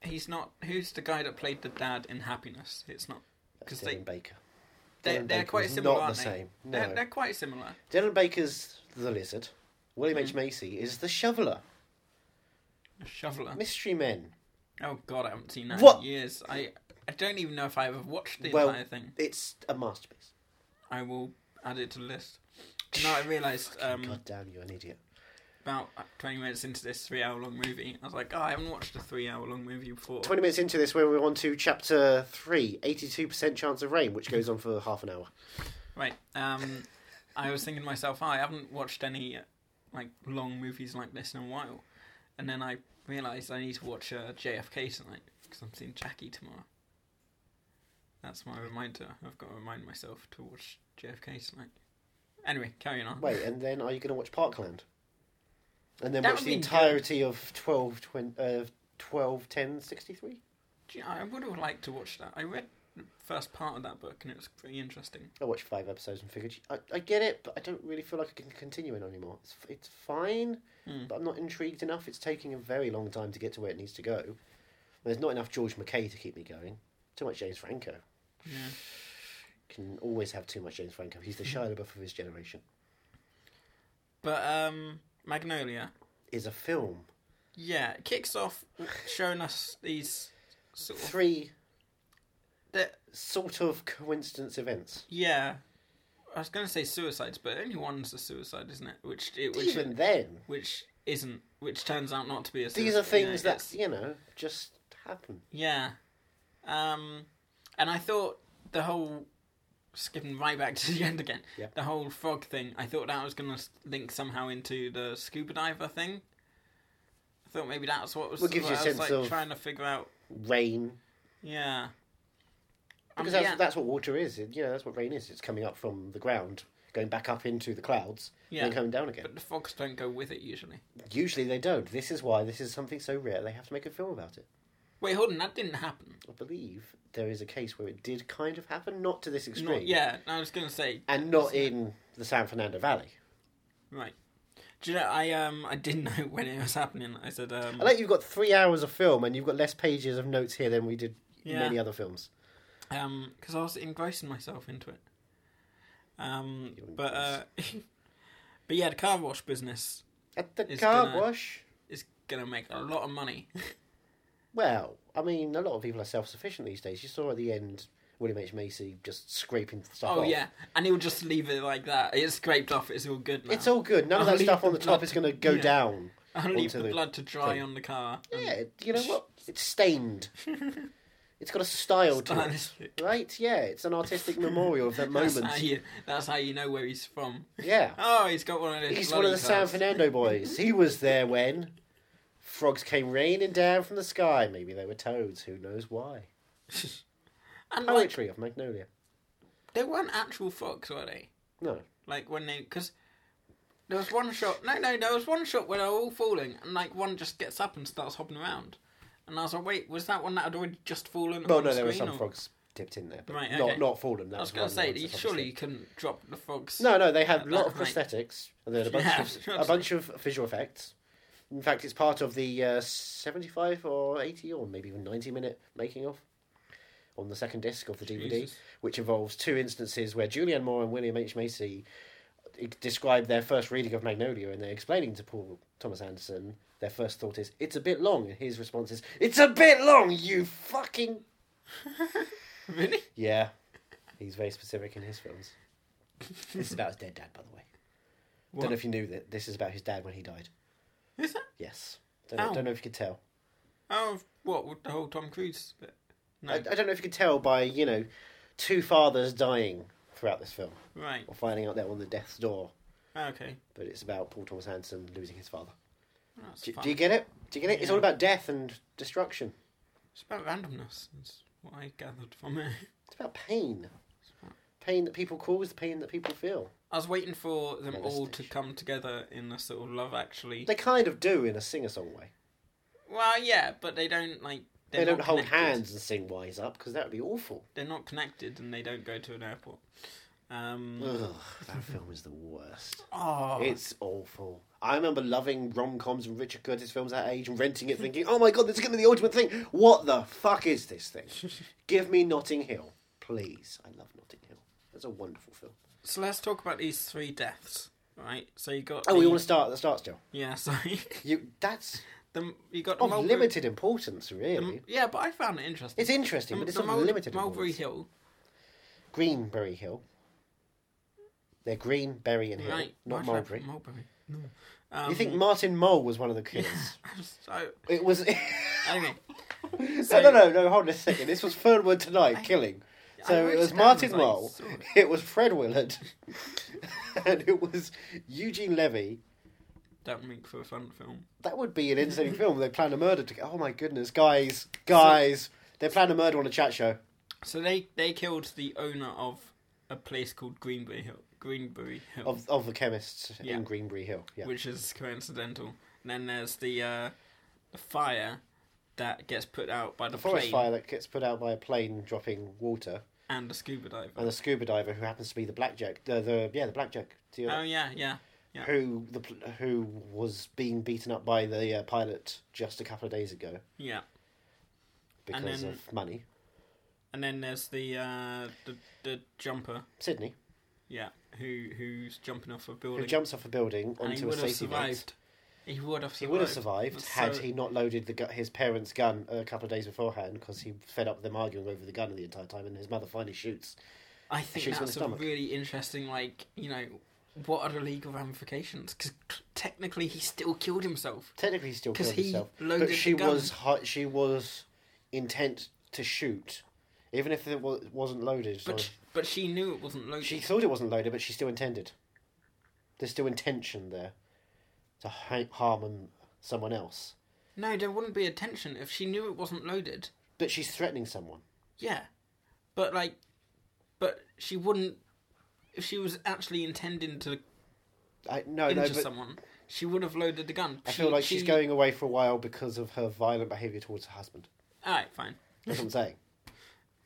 B: he's not. Who's the guy that played the dad in Happiness? It's not because
A: Dylan
B: they
A: Baker.
B: they're,
A: Dylan
B: they're
A: Baker
B: quite
A: is
B: similar,
A: not the
B: aren't they?
A: same.
B: They're,
A: No.
B: they're quite similar.
A: Dylan Baker's the lizard.
B: Mm-hmm.
A: William H. Macy is the shoveler.
B: A shoveler.
A: Mystery Men.
B: Oh God, I haven't seen that
A: What?
B: in years. I I don't even know if I ever watched the
A: well,
B: entire thing.
A: it's a masterpiece.
B: I will add it to the list. Now I realised um,
A: God damn, you're an idiot.
B: about uh, twenty minutes into this three-hour-long movie, I was like, oh, I haven't watched a three-hour-long movie before.
A: 20 minutes into this, we're on to chapter 3 82% chance of rain, which goes on for half an hour.
B: Right. Um, I was thinking to myself, oh, I haven't watched any like long movies like this in a while, and then I realised I need to watch uh, JFK tonight because I'm seeing Jackie tomorrow. That's my reminder. I've got to remind myself to watch JFK tonight. Anyway, carry on.
A: Wait, and then are you going to watch Parkland? And then
B: That
A: watch
B: would
A: the
B: be
A: entirety of 12, 20, uh, 12 10, 63?
B: Do you know, I would have liked to watch that. I read the first part of that book and it was pretty interesting.
A: I watched five episodes and figured, I, I get it, but I don't really feel like I can continue it anymore. It's, f- it's fine,
B: Hmm.
A: but I'm not intrigued enough. It's taking a very long time to get to where it needs to go. There's not enough George McKay to keep me going. Too much James Franco.
B: Yeah. Hmm.
A: Can always have too much James Franco. He's the Shia LaBeouf of his generation.
B: But um, Magnolia,
A: Is a film.
B: yeah, it kicks off showing us these sort of
A: Three
B: that
A: sort of coincidence
B: *laughs*
A: events.
B: Yeah, I was going to say suicides, but only one's a suicide, isn't it? Which it, which
A: Even then,
B: which isn't, which turns out not to be a. Suicide.
A: these are
B: you know,
A: things that,
B: it's-
A: you know, just happen.
B: Yeah, um, and I thought the whole skipping right back *laughs* to the end again.
A: Yeah.
B: The whole frog thing. I thought that was going to link somehow into the scuba diver thing. I thought maybe that's what was.
A: Well, it gives you a
B: what I was,
A: sense
B: like
A: of-
B: trying to figure out.
A: Rain,
B: Yeah. Um,
A: Because that's,
B: yeah.
A: that's what water is. It, you know, that's what rain is. It's coming up from the ground, going back up into the clouds,
B: Yeah.
A: and then coming down again.
B: But the frogs don't go with it usually.
A: Usually they don't. This is why this is something so rare they have to make a film about it.
B: Wait, hold on, that didn't happen.
A: I believe there is a case where it did kind of happen, not to this extreme.
B: Not, yeah, I was gonna say.
A: And not in the San Fernando Valley.
B: Right. Do you know? I um I didn't *laughs* know when it was happening. I said um
A: I like you've got three hours of film and you've got less pages of notes here than we did
B: Yeah.
A: many other films.
B: um because I was engrossing myself into it. Um, but uh, *laughs* but yeah, the car wash business
A: At the
B: It's
A: car
B: gonna-
A: wash?
B: is gonna make a lot
A: *laughs*
B: of money.
A: Well, I mean, a lot of people are self sufficient these days. You saw at the end William H. Macy just scraping stuff
B: oh
A: off.
B: yeah, and he'll just leave it like that. It's scraped off. It's all good now.
A: It's all good. None
B: I'll
A: of that
B: leave
A: stuff on
B: the
A: the top
B: blood-
A: is going to go
B: yeah.
A: down.
B: I'll leave
A: onto
B: the blood to dry
A: thing.
B: on the car.
A: Yeah, you know
B: *laughs*
A: what? It's stained. it's got a style
B: *laughs*
A: to it.
B: Stylistic.
A: Right? Yeah, it's an
B: *laughs*
A: artistic memorial of that moment.
B: That's how you. That's how you know where he's from. *laughs*
A: Yeah.
B: Oh, he's got one of those.
A: He's one of
B: bloody
A: the San
B: cars.
A: Fernando boys. He was there when frogs came raining down from the sky. Maybe they were toads. Who knows why?
B: And like,
A: Poetry of Magnolia.
B: they weren't actual frogs, were they?
A: No.
B: Like when they, because there was one shot. No, no, there was one shot where they're all falling, and like one just gets up and starts hopping around. And I was like, wait, was that one that had already just fallen?
A: Well,
B: on
A: no,
B: the
A: there were
B: screen,
A: some
B: or-
A: frogs dipped in there, but
B: Right, okay.
A: not not fallen. That
B: I was
A: one
B: gonna say,
A: that
B: you-
A: obviously-
B: surely you couldn't drop the frogs.
A: No, no, they had a
B: at
A: lot
B: that
A: of
B: height.
A: prosthetics and then a bunch
B: *laughs* Yeah,
A: of a bunch of visual effects. In fact, it's part of the uh, seventy-five or eighty or maybe even ninety-minute making of on the second disc of the DVD,
B: Jesus.
A: which involves two instances where Julianne Moore and William H Macy e- describe their first reading of Magnolia, and they're explaining to Paul Thomas Anderson their first thought is, "It's a bit long," and his response is, "It's a bit long, you fucking."
B: Really?
A: Yeah, he's very specific in his films. this is about his dead dad, by the way. Don't know if you knew that this is about his dad when he died.
B: Is that?
A: Yes. Don't know,
B: Ow.
A: don't know if you could tell.
B: Oh, what with the whole Tom Cruise bit? No,
A: I, I don't know if you could tell by you know two fathers dying throughout this film
B: right.
A: or finding out they're on the death's door.
B: Okay.
A: But it's about Paul Thomas Anderson losing his father.
B: That's
A: Do,
B: fine.
A: do you get it? Do you get it? It's all about death and destruction.
B: It's about randomness. That's what I gathered from it. *laughs*
A: It's about pain. Pain that people cause, pain that people feel.
B: I was waiting for them all to
A: Devastation.
B: come together in a sort of love, actually.
A: They kind of do in a singer-song way.
B: Well, yeah, but they don't like.
A: They
B: they're
A: don't
B: not
A: hold
B: connected.
A: hands and sing "Wise Up" because that would be awful.
B: They're not connected, and they don't go to an airport. Um,
A: Ugh, that film is the worst.
B: oh,
A: It's awful. I remember loving rom coms and Richard Curtis films at that age and renting it thinking, oh my god, this is going to be the ultimate thing. What the fuck is this
B: *laughs*
A: thing? Give me Notting Hill, please. I love Notting Hill. That's a wonderful film.
B: so let's talk about these three deaths, right? So you got.
A: Oh, we
B: the-
A: want to start at the start still.
B: Yeah, *laughs* sorry.
A: You, that's
B: The, you got
A: Of
B: Mulberry-
A: limited importance, really.
B: the- yeah, but I found it interesting.
A: It's interesting,
B: The-
A: but it's
B: the
A: of
B: Mul-
A: limited
B: Mulberry
A: importance.
B: Hill.
A: Greenberry Hill. They're green, berry, and hill,
B: Right.
A: not
B: why did I
A: mulberry.
B: put Mulberry. No. Um,
A: you think Martin Mole was one of the kids?
B: I'm *laughs* so.
A: It
B: *laughs*
A: was. *laughs*
B: Anyway.
A: no, no, no, no, hold on a second. This was Third Word Tonight, Killing. So
B: wrote
A: it was
B: it down
A: Martin
B: as I
A: Mole,
B: saw it.
A: *laughs* it was Fred Willard, *laughs* and it was Eugene Levy.
B: Don't make for a fun film.
A: That would be an
B: *laughs*
A: interesting film. They plan a murder to. Oh my goodness, guys, guys. They plan a murder on a chat show.
B: So they they killed the owner of a place called Greenbury Hill. Greenbury Hill,
A: Of, of the chemists
B: Yeah.
A: in Greenbury Hill. Yeah.
B: which is coincidental. And then there's the uh, the fire that gets put out by the,
A: the forest
B: plane
A: fire that gets put out by a plane dropping water,
B: and the scuba diver.
A: and the scuba diver who happens to be the blackjack, uh, the yeah, the blackjack, dealer,
B: Oh yeah, yeah, yeah.
A: who the pl- who was being beaten up by the uh, pilot just a couple of days ago
B: Yeah. And
A: because
B: then-
A: of money.
B: And then there's the uh, the the jumper,
A: Sydney,
B: yeah, who who's jumping off a
A: who
B: building.
A: jumps off a building
B: and he
A: onto a
B: would have
A: safety net.
B: survived. He would have survived.
A: He would have survived
B: So-
A: had he not loaded the gu- his parents' gun a couple of days beforehand because he fed up with them arguing over the gun the entire time, and his mother finally shoots.
B: I think
A: shoots him in
B: that's
A: the
B: a
A: stomach.
B: really interesting, like, you know, what are the legal ramifications? Because technically he still killed himself.
A: Technically, he still
B: 'Cause
A: killed
B: he
A: himself,
B: loaded
A: but
B: the
A: she
B: gun.
A: was hi- she was intent to shoot, even if it wa- wasn't loaded.
B: But
A: so-
B: sh- but she knew it wasn't loaded.
A: She thought it wasn't loaded, but she still intended. There's still intention there to ha- harm and- someone else,
B: No, there wouldn't be a tension if she knew it wasn't loaded.
A: but she's threatening someone.
B: Yeah. But, like, but she wouldn't. If she was actually intending to
A: I no
B: injure
A: no, but
B: someone, she would have loaded the gun.
A: I feel like she's going away for a while because of her violent behaviour towards her husband.
B: Alright, fine.
A: That's what I'm saying. *laughs*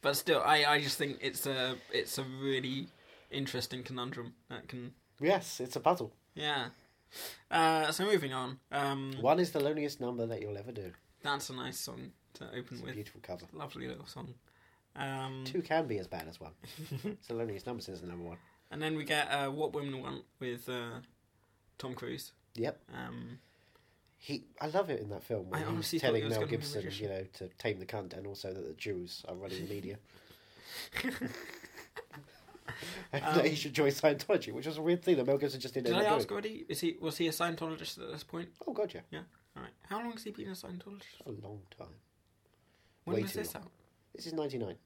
B: But still, I, I just think it's a it's a really interesting conundrum that can
A: Yes, it's a puzzle.
B: Yeah. Uh, so moving on. Um,
A: One is the loneliest number that you'll ever do.
B: that's a nice song to open with.
A: Beautiful cover.
B: Lovely little song. Um,
A: Two can be as bad as one. *laughs* it's the loneliest number since the number one.
B: and then we get uh, What Women Want with uh, Tom Cruise.
A: Yep.
B: Um,
A: He, I love it in that film. When
B: I honestly
A: he's
B: thought he
A: telling
B: was
A: Mel
B: gonna be a
A: Gibson,
B: magician.
A: you know, to tame the cunt, and also that the Jews are running the
B: *laughs*
A: media. and that he should join Scientology, which was a weird thing that Mel Gibson just didn't
B: Um, did I
A: end up
B: ask
A: doing.
B: already? Is he was he a Scientologist at this point?
A: Oh god, yeah,
B: Yeah. All right. How long has he been a Scientologist?
A: a long time.
B: When
A: Way
B: was
A: too
B: this
A: long.
B: out?
A: This is ninety nine.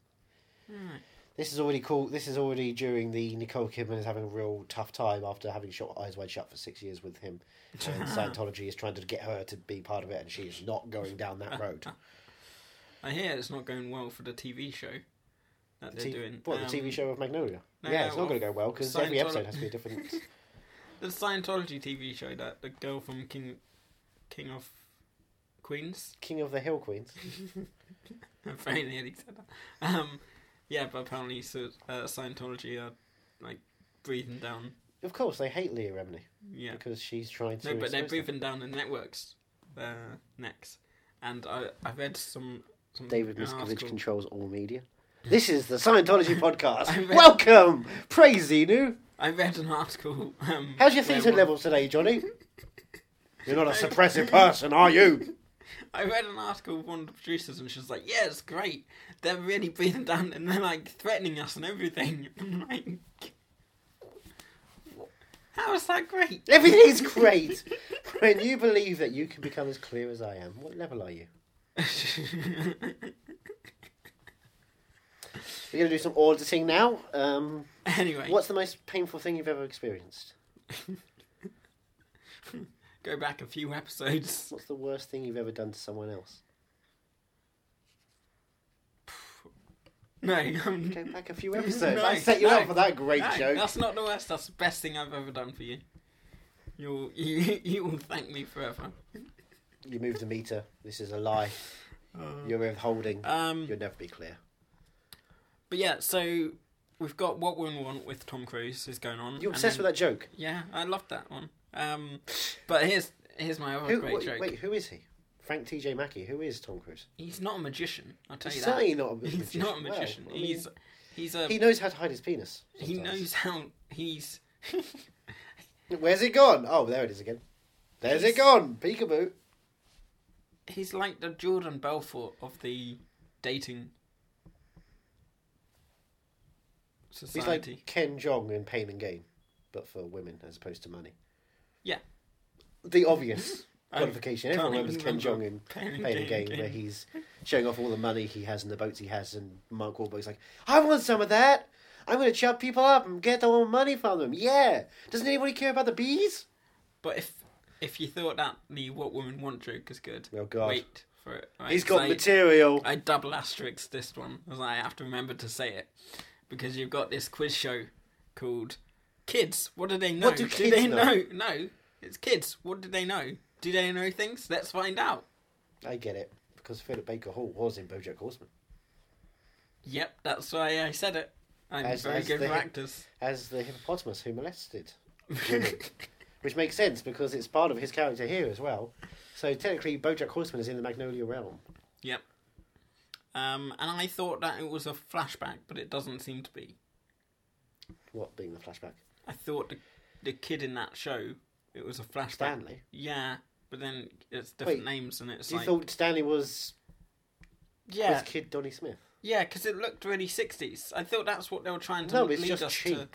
A: This is already cool. This is already during the Nicole Kidman is having a real tough time after having shot Eyes Wide Shut for six years with him,
B: *laughs*
A: and Scientology is trying to get her to be part of it, and she is not going down that
B: *laughs*
A: road.
B: I hear it's not going well for the TV show that they're
A: T-
B: doing.
A: What the
B: Um,
A: TV show of Magnolia?
B: no,
A: yeah,
B: no,
A: it's not going to go
B: well,
A: well because every
B: Scientolo-
A: episode has to be a
B: *laughs*
A: different.
B: The Scientology TV show that the girl from King, King of Queens. *laughs*
A: King of the Hill Queens.
B: Very nearly said that. Um, yeah, but apparently so, uh, Scientology are like breathing down.
A: Of course, they hate Leah Remini
B: Yeah,
A: because she's trying to.
B: no, but
A: expose
B: they're
A: them.
B: breathing down the networks, uh, necks. And I I read some some
A: David
B: an
A: Miscavige
B: article.
A: controls all
B: *laughs*
A: media. This is the Scientology podcast.
B: read-
A: Welcome, praise Zenu.
B: I read an article. Um,
A: How's your
B: where
A: theatre
B: one-
A: levels today,
B: *laughs*
A: Johnny? You're not a suppressive person, are
B: *laughs*
A: you?
B: I read an article of one of the producers, and she was like, "Yeah, it's great. They're really breathing down, and they're like threatening us and everything." *laughs* I'm like, how is that great? *laughs*
A: Everything's great. When you believe that you can become as clear as I am, what level are you? We're going to do some auditing now. Um,
B: anyway,
A: what's the most painful thing you've ever experienced?
B: go back a few episodes. *laughs*
A: What's the worst thing you've ever done to someone else?
B: No, um,
A: Go back a few episodes. I
B: No,
A: set you up
B: no,
A: for that great
B: no,
A: joke.
B: That's not the worst. That's the best thing I've ever done for you. You'll *laughs* you, you will thank me forever.
A: You moved the meter. This is a lie. You're withholding.
B: Uh, Um,
A: You'll never be clear.
B: but yeah, so we've got what women want with Tom Cruise is going on.
A: You're obsessed with that joke.
B: that. Yeah, I love that one. Um, but here's here's my other
A: Who,
B: great
A: wait,
B: joke.
A: wait, who is he? Frank T.J. Mackey. Who is Tom Cruise?
B: He's not a magician. I'll tell
A: He's
B: you that.
A: certainly not a magician.
B: *laughs* He's not a
A: Well,
B: magician.
A: I mean,
B: he's he's a
A: he
B: he,
A: knows how to hide his penis. sometimes.
B: knows how he's. *laughs*
A: Where's it gone? Oh, there it is again. There's it
B: He's-
A: gone. Peekaboo.
B: he's like the Jordan Belfort of the dating
A: He's
B: society.
A: like Ken Jong in Pain and Gain, but for women as opposed to money.
B: Yeah.
A: The obvious
B: *laughs* I
A: qualification.
B: can't
A: Everyone remembers
B: even
A: Ken Jong in
B: remember
A: Pain
B: Pain
A: and
B: and
A: Gain,
B: Gain.
A: where he's showing off all the money he has and the boats he has, and Mark Wahlberg's like, "I want some of that. I'm going to chop people up and get all the money from them." Yeah. Doesn't anybody care about the bees?
B: But if if you thought that the What Women Want joke is good,
A: Oh, God.
B: wait for it. Right,
A: He's
B: 'cause
A: got
B: I-
A: material.
B: I double asterisk this one because I have to remember to say it because you've got this quiz show called "Kids." What do they know?
A: What do kids
B: they
A: know?
B: No, it's kids. What do they know? Do they know things? Let's find out.
A: I get it because Philip Baker Hall was in BoJack Horseman
B: Yep, that's why I said it. I'm
A: As-
B: very
A: as
B: good
A: the-
B: with actors.
A: as the hippopotamus who molested women, which makes sense because it's part of his character here as well. So technically, BoJack Horseman is in the Magnolia realm.
B: *laughs* Yep. Um, and I thought that it was a flashback, but it doesn't seem to be.
A: What being the flashback?
B: I thought the the kid in that show it was a flashback.
A: Stanley?
B: Yeah, but then it's different
A: Wait,
B: names and it's
A: you
B: like
A: thought Stanley was
B: yeah,
A: was kid Donny Smith?
B: Yeah, because it looked really 60s. I thought that's what they were trying to
A: No,
B: lead
A: it's just
B: us
A: cheap.
B: to.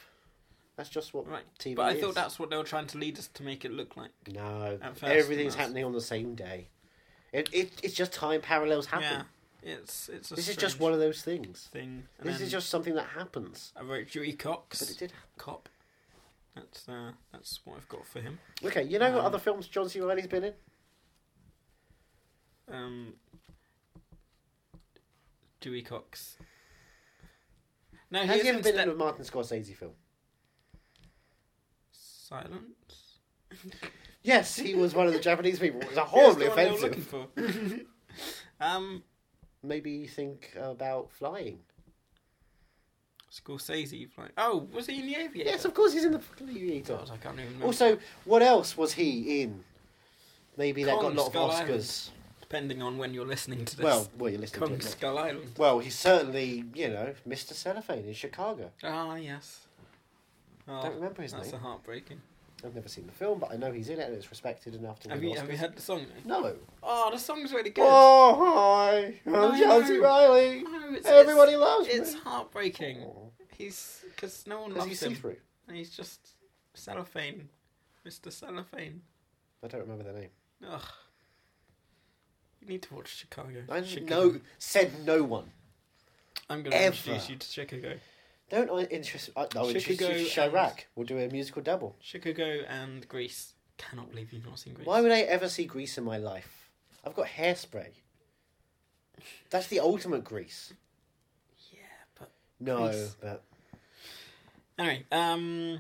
A: That's just what
B: Right,
A: TV
B: but I
A: is.
B: thought that's what they were trying to lead us to make it look like.
A: no.
B: at first
A: Everything's
B: glance.
A: happening on the same day. It, it it's just time parallels happen.
B: Yeah, it's it's a
A: This is just
B: strange
A: one of those things.
B: thing. And
A: This
B: then
A: is just something that happens.
B: I wrote Dewey Cox.
A: But it did.
B: Cop. That's uh, that's what I've got for him.
A: Okay, you know what other films John C. Riley's been in?
B: Um, Dewey Cox. No,
A: Has
B: he's
A: he ever been in a
B: Step-
A: Martin Scorsese film?
B: Silence.
A: Yes, he was
B: *laughs*
A: one of the Japanese people. It was a
B: Yeah, it's
A: horribly
B: the one they were
A: offensive.
B: looking
A: *laughs*
B: for. um,
A: Maybe you think about flying.
B: Scorsese. Like, oh, was he in the Aviator?
A: Yes, of Oh, course he's in the fucking Aviator.
B: God, I can't even remember.
A: Also, what else was he in? Maybe that got a
B: Kong
A: lot of
B: Skull
A: Oscars.
B: Island. depending on when you're listening to this.
A: Well, well, you're listening
B: Kong
A: to it. now.
B: Skull Island.
A: Well, he's certainly, you know, Mr. Cellophane in Chicago.
B: Ah, yes. Oh,
A: Don't remember his
B: that's
A: name.
B: a heartbreaking.
A: I've never seen the film, but I know he's in it and it's respected enough to
B: Have
A: win
B: you, have you
A: Oscars.
B: heard the song? Though?
A: No.
B: Oh, the song's really good.
A: Oh, hi. I'm
B: I
A: John C.
B: know.
A: Riley.
B: No, it's-
A: Everybody
B: it's-
A: loves
B: It's
A: me. Oh.
B: heartbreaking. He's because no one
A: Because
B: loves
A: he's
B: him,
A: see-through.
B: and he's just cellophane, Mr. Cellophane.
A: I don't remember the name.
B: Ugh. You need to watch Chicago.
A: I
B: Chicago.
A: no, said no one.
B: I'm going to
A: ever.
B: introduce you to Chicago.
A: Don't I interest? I, no, interest
B: Chicago
A: you to Chirac. We'll do a musical double.
B: Chicago and Greece. Cannot believe you've not seen Greece.
A: Why would I ever see Grease in my life? I've got hairspray. That's the ultimate Grease.
B: Yeah, but
A: No,
B: Grease.
A: but
B: Anyway, um,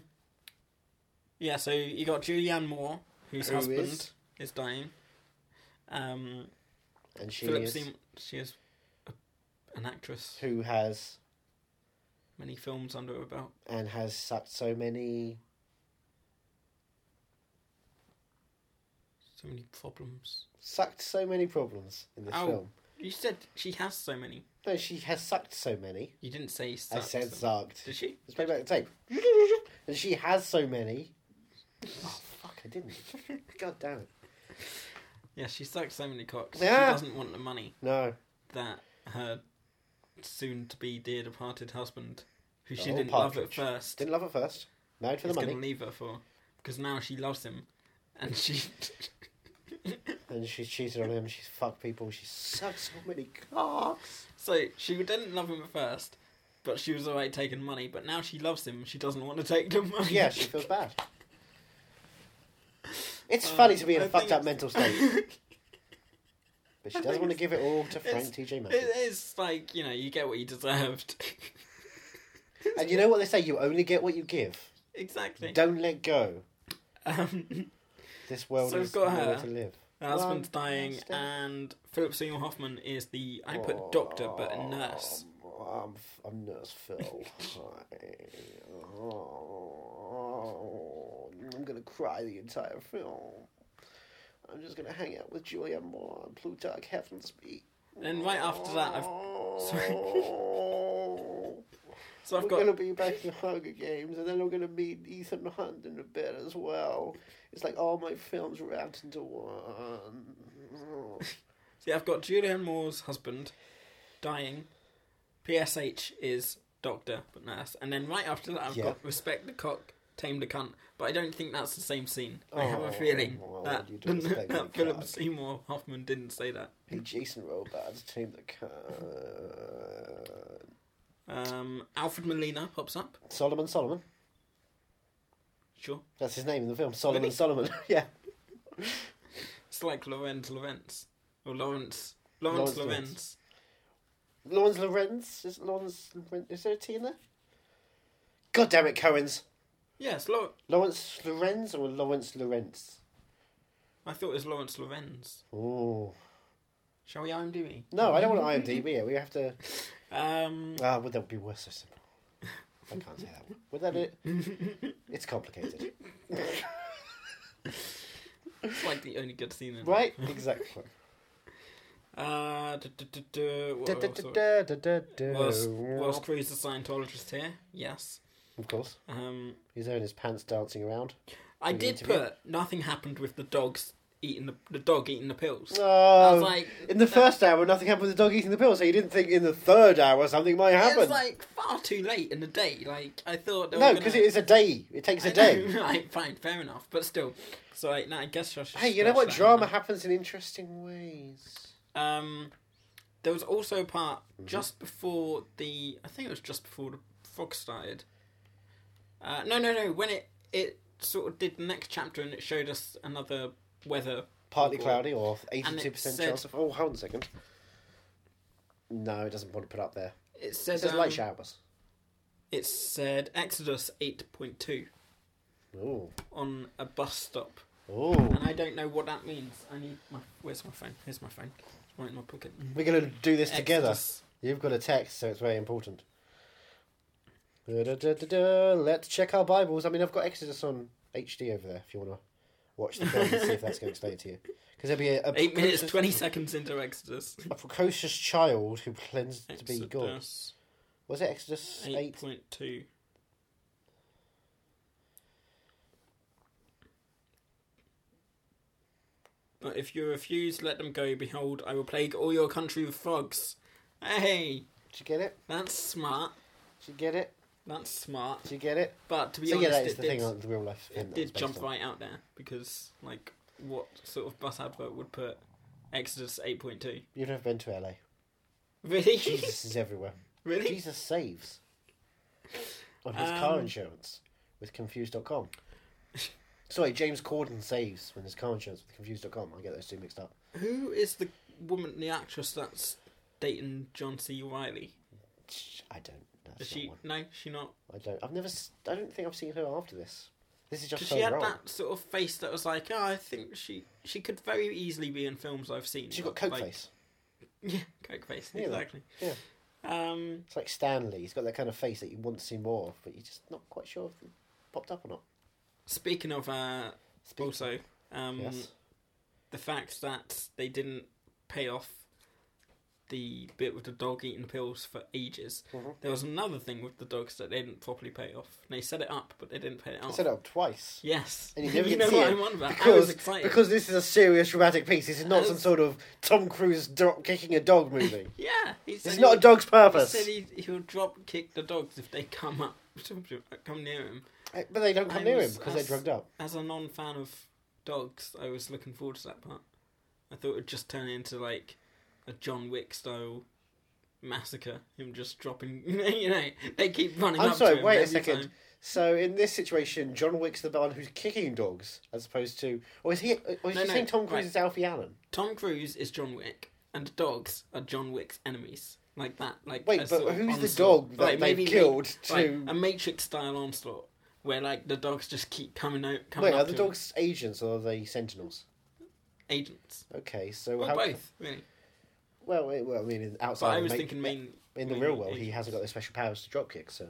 B: yeah. So you got Julianne Moore, whose
A: Who
B: husband
A: is?
B: is, dying. Um,
A: and she
B: Philip
A: is
B: Seymour. She is a, an actress.
A: who has
B: Many films under her belt.
A: and has sucked so many.
B: So many problems.
A: Sucked so many problems in this
B: Oh.
A: film.
B: You said she has so many.
A: No, she has sucked so many.
B: You didn't say.
A: I said
B: so.
A: sucked.
B: Did she?
A: Let's play back the tape. And she has so many. Oh fuck! I didn't. *laughs* God damn it.
B: Yeah, she sucks so many cocks.
A: Yeah.
B: She doesn't want the money
A: No.
B: that her soon-to-be dear departed husband, who she
A: Oh,
B: didn't love at
A: Partridge.
B: first,
A: Didn't love at first. Married for the
B: is
A: money,
B: going to leave her for. Because now she loves him, and *laughs* she.
A: and she's cheated on him. She's fucked people. She's sucked so many cocks.
B: So she didn't love him at first, but she was alright taking money. But now she loves him. She doesn't want to take the money.
A: Yeah, she feels bad. It's funny to be in
B: Uh, I
A: a fucked
B: think
A: up mental state.
B: *laughs*
A: but she doesn't want to give it all to Frank T.J. Maxx.
B: *laughs* It is like you know you get what you deserved. *laughs*
A: And you know what they say? You only get what you give.
B: exactly.
A: Don't let go.
B: Um,
A: This world
B: So we've
A: is
B: got
A: nowhere
B: her.
A: to live.
B: her husband's
A: One
B: dying,
A: last day.
B: and Philip Seymour Hoffman is the I put doctor, but a nurse.
A: I'm, I'm Nurse Phil. Hi. Oh, I'm gonna cry the entire film. I'm just gonna hang out with Julianne Moore and Plutarch Heffensby.
B: And right after that, I've sorry.
A: Oh,
B: so *laughs* I've
A: we're gonna
B: got
A: be back in the Hunger Games, and then we're gonna meet Ethan Hunt in a bit as well. It's like all my films wrapped into one.
B: See, I've got Julianne Moore's husband dying. PSH is doctor, but nurse. And then right after that, I've
A: Yeah.
B: got respect the cock, tame the cunt. But I don't think that's the same scene. I have
A: Oh,
B: a feeling
A: well,
B: that,
A: you don't
B: *laughs* that,
A: expect me to
B: Philip
A: fuck.
B: Seymour Hoffman didn't say that.
A: Hey, Jason Robards, tame the cat.
B: Um, Alfred Molina pops up.
A: Solomon Solomon.
B: Sure.
A: That's his name in the film. Solomon
B: Really?
A: Solomon. *laughs* yeah.
B: It's like Lorenz Lorenz. Or Lawrence.
A: Lawrence
B: Lawrence Lorenz.
A: Lawrence Lorenz. Is Lawrence Lorenz? Is there a T in there? God damn it, Cohen's.
B: Yes, Lo-
A: Lawrence Lorenz or Lawrence Lorenz?
B: I thought it was Lawrence Lorenz.
A: Oh.
B: Shall we IMDb?
A: No, I don't want IMDb. it. We have to.
B: Um,
A: Ah, would that be worse so simple? I can't say that. one. Would that
B: *laughs*
A: it? It's complicated,
B: it's like the only good scene in it.
A: right?
B: *laughs*
A: Exactly.
B: Uh, duh, duh, duh, duh, what
A: Da, da,
B: else
A: da,
B: are-
A: da, da, da, da.
B: Was was Cruz a Scientologist here? Yes.
A: Of course,
B: Um,
A: he's in his pants dancing around.
B: I
A: In the
B: did
A: interview?
B: put nothing happened with the dogs eating the the dog eating the pills. I
A: Oh,
B: was like,
A: in the first hour, nothing happened with the dog eating the pill, so you didn't think in the third hour something might
B: it
A: happen.
B: was like far too late in the day. Like I thought. They
A: no,
B: were
A: because
B: gonna-
A: it is a day. It takes a
B: *laughs* I
A: day.
B: know, Right, fine, fair enough. But still, so like, no, I guess I
A: *laughs*
B: should
A: Hey, you know
B: stretch
A: what?
B: that
A: Drama
B: out.
A: happens in interesting ways.
B: Um, there was also a part
A: Mm-hmm.
B: just before the. I think it was just before the frog started. Uh, no, no, no. When it it sort of did the next chapter and it showed us another weather.
A: Partly
B: report.
A: cloudy or
B: And it
A: eighty-two percent
B: said-
A: chance of. Oh, hold on a second. No, it doesn't want to put up there.
B: It
A: It
B: said
A: says
B: um,
A: light showers.
B: It said Exodus eight point two
A: Oh,
B: on a bus stop,
A: oh.
B: and I don't know what that means. I need my. Where's my phone? Here's my phone. It's right in my pocket.
A: We're gonna do this together.
B: Exodus.
A: You've got a text, so it's very important. Da-da-da-da-da. Let's check our Bibles. I mean, I've got Exodus on HD over there if you want to watch the film and see if that's going to explain it to you. Because there'll be a, a
B: Eight minutes
A: precocious-
B: twenty seconds into Exodus.
A: a precocious child who plans to be God.
B: Exodus
A: Was it Exodus 8?
B: eight point two. But if you refuse, let them go. Behold, I will plague all your country with frogs. Hey,
A: Did you get it?
B: that's smart.
A: Did you get it?
B: That's smart.
A: Did you get it?
B: But to be
A: So yeah,
B: honest,
A: that is
B: it
A: the
B: did,
A: thing on the real life. film
B: it
A: that was
B: did
A: based
B: jump
A: on.
B: right out there because, like, what sort of bus advert would put Exodus 8.2?
A: You've never been to LA.
B: *laughs* Really?
A: Jesus is everywhere.
B: really? Um,
A: Jesus saves on his car insurance with Confused.com. Sorry, James Corden saves when his car insurance with Confused.com. I get those two mixed up.
B: Who is the woman, the actress that's dating John C. Riley?
A: I don't. That's
B: Is
A: not
B: she?
A: one.
B: No, she not.
A: I don't. I've never. s- I don't think I've seen her after this. This is just
B: Because
A: so
B: she had
A: wrong.
B: that sort of face that was like, oh, I think she she could very easily be in films I've seen.
A: She got coke
B: like-
A: face.
B: *laughs* Yeah, coke face.
A: Yeah, that-
B: exactly.
A: Yeah,
B: Um,
A: it's like Stanley. He's got that kind of face that you want to see more of, but you're just not quite sure if it popped up or not.
B: speaking of, uh,
A: Speak-
B: also, um,
A: yes.
B: the fact that they didn't pay off the bit with the dog eating pills for ages.
A: Mm-hmm.
B: There was another thing with the dogs that they didn't properly pay off. They set it up, but they didn't pay it
A: I
B: off.
A: said that twice.
B: Yes. *laughs*
A: And you never get
B: know
A: to see
B: what
A: it.
B: I'm on about.
A: Because,
B: I was excited.
A: because this is a serious dramatic piece. This is not
B: I
A: some
B: was-
A: sort of Tom Cruise drop kicking a dog
B: *laughs*
A: movie.
B: yeah, he said
A: It's
B: he
A: not a
B: would-
A: dog's
B: He
A: purpose.
B: said he, he'll drop kick the dogs if they come up, *laughs* come near him.
A: Uh, But they don't come
B: I
A: near him
B: was-
A: because
B: I
A: they're
B: was-
A: drugged up.
B: As a non-fan of dogs, I was looking forward to that part. I thought it'd just turn into like a John Wick style massacre. Him just dropping, *laughs* you know, they keep running.
A: I'm
B: up to
A: sorry,
B: him
A: wait a
B: every
A: second.
B: time.
A: So in this situation, John Wick's the one who's kicking dogs, as opposed to, or is he? Or is
B: No,
A: he
B: no,
A: saying Tom Cruise
B: right.
A: is Alfie Allen?
B: Tom Cruise is John Wick, and the dogs are John Wick's enemies. Like that, like
A: Wait,
B: a
A: but
B: sort of
A: who's the
B: onslaught.
A: dog that
B: Like,
A: they've
B: maybe
A: killed
B: ma- like,
A: to-
B: a Matrix style onslaught where like the dogs just keep coming out, coming
A: Wait,
B: up
A: are the
B: to
A: dogs agents or are they sentinels?
B: him. agents.
A: Okay, so
B: Well,
A: how?
B: both really.
A: Well, wait, well, I mean, in-
B: But
A: outside.
B: I
A: of
B: was
A: ma-
B: thinking main
A: in the
B: main
A: real world, he
B: agents.
A: hasn't got the special powers to drop kick. So,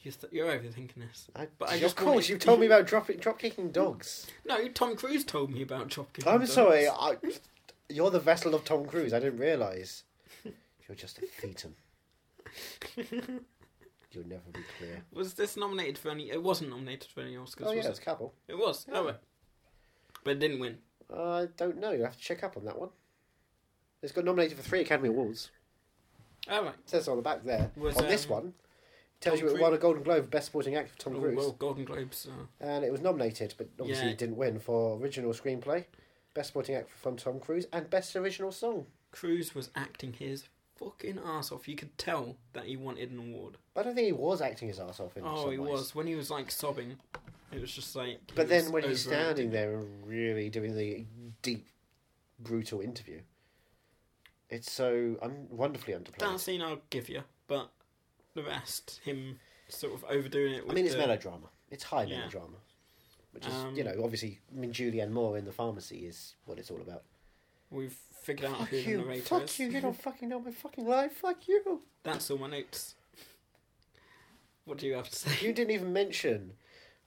B: You're, th- you're overthinking this.
A: I,
B: But I
A: of
B: just
A: course,
B: wanted-
A: you told me about drop drop kicking dogs.
B: No, Tom Cruise told me about Dropkick.
A: I'm
B: Dogs.
A: sorry, I, you're the vessel of Tom Cruise. I didn't realise. You're just a thetan. You'll never be clear.
B: Was this nominated for any? It wasn't nominated for any Oscars.
A: Oh
B: was
A: yeah,
B: it?
A: it's Cabell.
B: It was. Oh, right. but it didn't win.
A: I don't know. You have to check up on that one. It's got nominated for three Academy Awards.
B: Oh, right.
A: It says on the back there.
B: Was,
A: on this
B: um,
A: one, it tells you
B: Tom
A: it
B: Cruise-
A: won a Golden Globe for Best Supporting Actor for Tom
B: Oh,
A: Cruise.
B: well, Golden Globes. Uh,
A: And it was nominated, but obviously
B: Yeah.
A: it didn't win for Original Screenplay, Best Supporting Actor from Tom Cruise, and Best Original Song.
B: Cruise was acting his fucking ass off. You could tell that he wanted an award.
A: But I don't think he was acting his ass off in
B: Oh,
A: some
B: he
A: ways.
B: was when he was like sobbing. It was just like. he
A: But then
B: was
A: when he's
B: overacting.
A: standing there and really doing the deep, brutal interview, it's so un- wonderfully underplayed.
B: that scene, I'll give you, but the rest, him sort of overdoing it.
A: I
B: With
A: mean, it's
B: the,
A: melodrama. It's high
B: Yeah.
A: melodrama, which is
B: Um,
A: you know obviously. I mean, Julianne Moore in the pharmacy is what it's all about.
B: We've figured out
A: Fuck
B: who the
A: you!
B: narrator
A: Fuck
B: is.
A: you! You don't fucking know my fucking life. Fuck you!
B: That's all my notes. What do you have to say?
A: You didn't even mention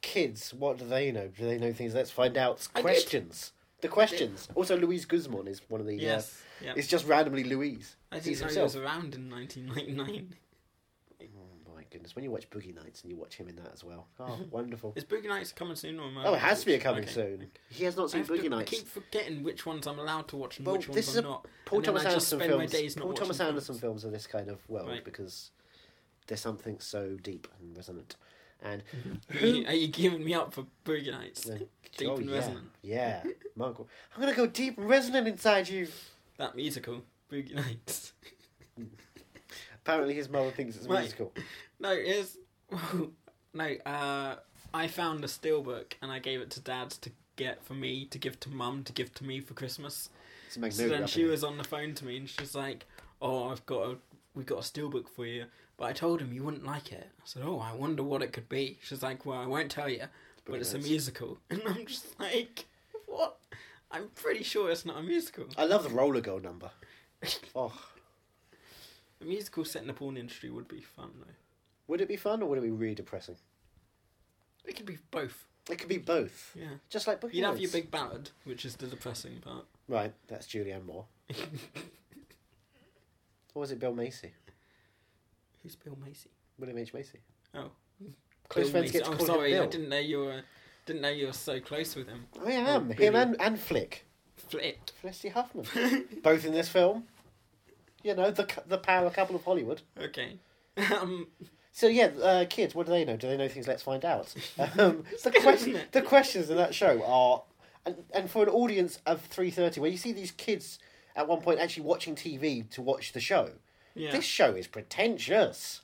A: kids. What do they know? Do they know things? Let's find out.
B: I did.
A: Questions. The questions. Also, Louise Guzman is one of the.
B: Yes.
A: Uh,
B: yeah.
A: It's just randomly Louise.
B: I
A: He's
B: didn't know he
A: himself.
B: was around in 1999.
A: Oh my goodness! When you watch Boogie Nights and you watch him in that as *laughs* well, oh wonderful!
B: Is Boogie Nights coming soon or am I
A: Oh, it has to be a coming
B: Okay.
A: soon. He has not
B: I
A: seen
B: have to-
A: Boogie
B: I
A: Nights.
B: keep forgetting which ones I'm allowed to watch and
A: Well,
B: which ones
A: this is
B: I'm
A: a
B: not.
A: Paul
B: and then
A: Thomas
B: I just
A: Anderson
B: spend my
A: films.
B: days not
A: Paul Thomas
B: watching
A: Anderson
B: films.
A: films are this kind of world
B: Right.
A: because there's something so deep and resonant.
B: *laughs*
A: And
B: *laughs* Are you, are you giving me up for Boogie Nights?
A: Yeah.
B: Deep
A: Oh,
B: and
A: yeah,
B: Resonant. *laughs*
A: Yeah, Mark. Wa- I'm gonna go deep and resonant inside you.
B: That musical, Boogie Nights.
A: Apparently, his mother thinks it's a
B: Right.
A: musical.
B: No, it is. *laughs* no, uh, I found a steelbook and I gave it to Dad to get for me, to give to Mum, to give to me for Christmas.
A: It's a magnolia.
B: So then
A: up
B: she
A: in
B: was on the phone to me and she's like, "Oh, I've got a, we got a steelbook for you." But I told him you wouldn't like it. I said, "Oh, I wonder what it could be." She's like, "Well, I won't tell you, but it's a
A: Nights.
B: musical." *laughs* And I'm just like, "What?" I'm pretty sure it's not a musical.
A: it. I love the roller girl number.
B: *laughs*
A: oh,
B: A musical set in the porn industry would be fun though.
A: would it be fun or would it be really depressing?
B: It could be both.
A: It could be both.
B: Yeah.
A: Just like Boogie
B: You'd have
A: Nights.
B: your big ballad, which is the depressing part.
A: Right, that's Julianne
B: *laughs*
A: Moore. or was it Bill Macy?
B: Who's Bill Macy?
A: William H Macy.
B: Oh,
A: Close
B: Bill
A: friends
B: Macy.
A: get to
B: I'm
A: call him
B: sorry, I
A: Bill.
B: didn't know you were. Didn't know you were so close with him.
A: I am
B: Oh,
A: him
B: Billy.
A: and, and Flick.
B: Flip.
A: Felicity
B: *laughs*
A: Huffman, both in this film. You know the cou- the power couple of Hollywood.
B: Okay. *laughs* Um,
A: So yeah, uh, kids, what do they know? Do they know things? Let's find
B: *laughs*
A: out. Um, the question,
B: Isn't it?
A: the questions in that show are, and, and for an audience of three thirty, where you see these kids at one point actually watching TV to watch the show.
B: yeah.
A: This show is pretentious.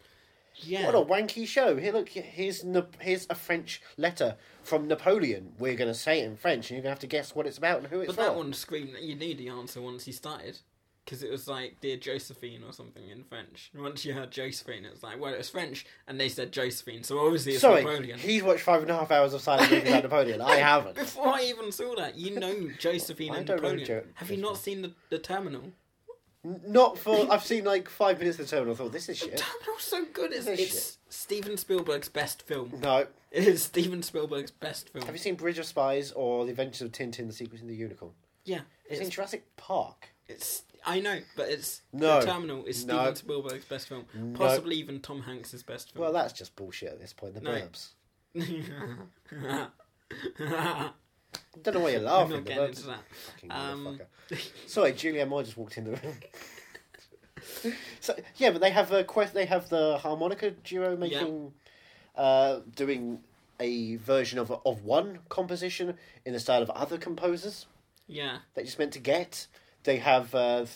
B: yeah.
A: What a wanky show! Here, look, here's Nap- here's a French letter from Napoleon. We're going to say it in French, and you're going to have to guess what it's about and who it's
B: But
A: from.
B: that one screamed that you knew the answer once you started. Because it was like Dear Josephine or something in French. And once you heard Josephine, it was like, well, it was French, and they said Josephine, so obviously it's
A: Sorry, *laughs*
B: Napoleon.
A: he's watched five and a half hours of silent movies
B: *laughs*
A: about Napoleon. I haven't.
B: Before I even saw that, you
A: *laughs*
B: know Josephine
A: I
B: and
A: don't know
B: Napoleon.
A: Jo-
B: Have you not seen the, the terminal?
A: Not for. I've seen like five minutes of the terminal. I thought this is
B: *laughs*
A: shit.
B: Terminal's so good. It's,
A: Oh, shit.
B: it's Steven Spielberg's best film.
A: No.
B: It is Steven Spielberg's best film.
A: Have you seen Bridge of Spies or The Adventures of Tintin: The Secret of the Unicorn?
B: Yeah.
A: It's in
B: It's,
A: Jurassic Park.
B: it's I know, but it's
A: No.
B: the terminal is Steven
A: No.
B: Spielberg's best film. Possibly even Tom Hanks's best film.
A: Well, that's just bullshit at this point. The
B: No.
A: Burbs.
B: *laughs* *laughs* I'm
A: Don't know why you're laughing.
B: not
A: the
B: getting
A: Burbs.
B: into that.
A: Fucking
B: Um,
A: motherfucker. Sorry, Julianne Moore just walked in the room.
B: *laughs*
A: so yeah, but they have a quest. They have the harmonica duo making, uh, doing a version of of one composition in the style of other composers.
B: Yeah,
A: that you're meant to get. They have uh, th-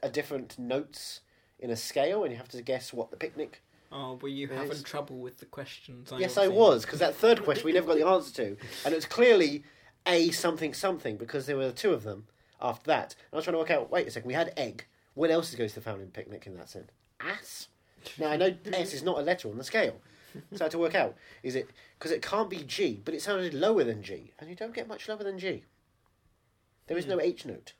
A: a different notes in a scale, and you have to guess what the picnic.
B: Oh, were you having
A: it's-
B: trouble with the questions?
A: yes, I
B: seen?
A: was because that third question we never got the answer to, and it was clearly a something something because there were two of them after that. And I was trying to work out. Wait a second, we had egg. What else goes to the founding picnic in that sense? Ass. Now I know S is not a letter on the scale, so I had to work out is it because it can't be G, but it sounded lower than G, and you don't get much lower than G. There is no H note.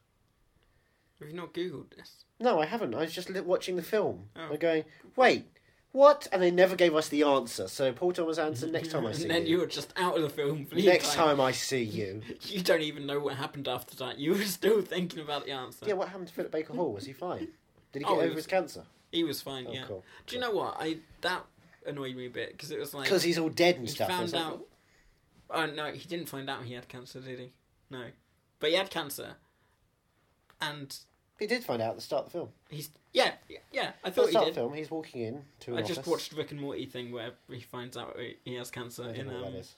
B: Have you not googled this?
A: No, I haven't. I was just li- watching the film.
B: Oh.
A: I'm going, wait, what? And they never gave us the answer. So Paul Thomas Anderson, next time I
B: And
A: see
B: then you
A: you.
B: were just out of the film. For the
A: Next
B: entire-
A: time I see you.
B: you don't even know what happened after that. You were still thinking about the answer.
A: Yeah, what happened to Philip Baker Hall? Was he fine? Did he get
B: Oh, he
A: over
B: was-
A: his cancer?
B: he was fine. yeah.
A: Oh, cool.
B: Do you know what? I that annoyed me a bit because it was like
A: Because he's all dead and
B: he
A: stuff.
B: found
A: It's like,
B: out. Oh no, he didn't find out he had cancer, did he? No, but he had cancer, and
A: He did find out at the start of the film.
B: He's yeah, yeah. yeah I
A: At the
B: thought he
A: start
B: did.
A: of the film, he's walking in to an
B: I just
A: office.
B: watched Rick and Morty thing where he finds out he- he has cancer
A: I don't
B: in
A: know what
B: um,
A: that is.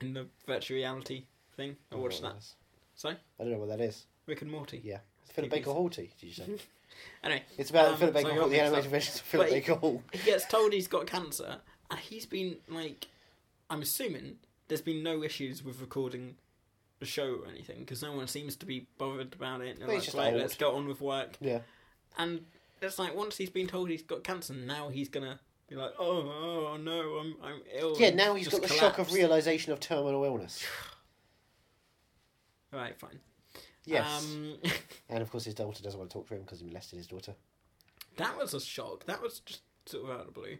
B: in the virtual reality thing. I
A: don't know
B: watched
A: what
B: that.
A: that is.
B: Sorry,
A: I don't know what that is.
B: Rick and Morty.
A: Yeah. Philip
B: Keep
A: Baker Hall tea, did you
B: *laughs*
A: say?
B: Anyway,
A: It's about
B: um,
A: Philip
B: so I
A: Baker
B: got
A: Hall, the
B: mixed
A: animated
B: up.
A: version of Philip
B: But he-
A: Baker Hall.
B: He gets told he's got cancer, and he's been like, I'm assuming there's been no issues with recording the show or anything because no one seems to be bothered about it. They're
A: Well, he's
B: like,
A: just
B: right,
A: old.
B: let's get on with work.
A: Yeah.
B: And it's like once he's been told he's got cancer, now he's gonna be like, oh, oh no, I'm I'm ill.
A: Yeah,
B: and
A: now he's
B: just
A: got the shock
B: collapse.
A: of realization of terminal illness.
B: Right, fine.
A: Yes.
B: Um, *laughs*
A: And of course, his daughter doesn't want to talk to him because he molested his daughter.
B: that was a shock. That was just sort of out of the blue.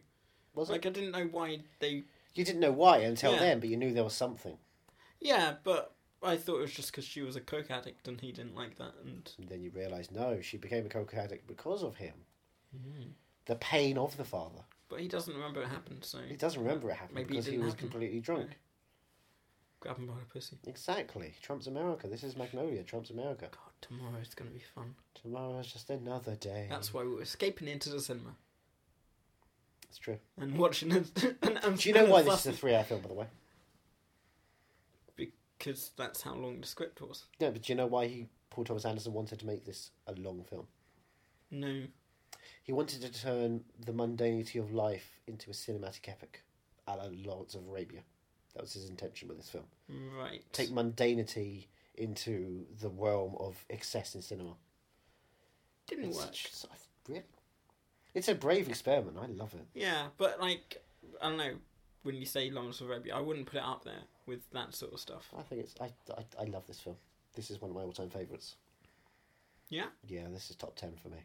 A: Was
B: like
A: it?
B: I didn't know why they
A: You didn't know why until
B: Yeah.
A: then, but you knew there was something.
B: Yeah, but I thought it was just because she was a coke addict and he didn't like that. And
A: And then you realise, no, she became a coke addict because of him.
B: Mm-hmm.
A: The pain of the father.
B: but he doesn't remember it happened, so
A: He doesn't remember it happened
B: Maybe it
A: because he
B: didn't
A: was
B: happen.
A: completely drunk.
B: grab him by the pussy.
A: Exactly. Trump's America. This is Magnolia, Trump's America.
B: God, tomorrow's gonna be fun.
A: Tomorrow's just another day.
B: That's why we're escaping into the cinema
A: It's true.
B: and watching *laughs* it. And, and,
A: Do you
B: *laughs*
A: know why
B: and
A: this is a three hour film, by the way?
B: Because that's how long the script was.
A: No, but do you know why he, Paul Thomas Anderson wanted to make this a long film?
B: No,
A: He wanted to turn the mundanity of life into a cinematic epic, a la Lawrence of Arabia. That was his intention with this film.
B: right.
A: Take mundanity into the realm of excess in cinema.
B: Didn't
A: It's
B: work.
A: such- such- really? It's a brave experiment. I love it.
B: Yeah, but like I don't know. When you say Lawrence of Arabia, I wouldn't put it up there with that sort of stuff.
A: I think it's. I, I, I love this film. This is one of my all time favourites.
B: Yeah.
A: Yeah, this is top 10 for me.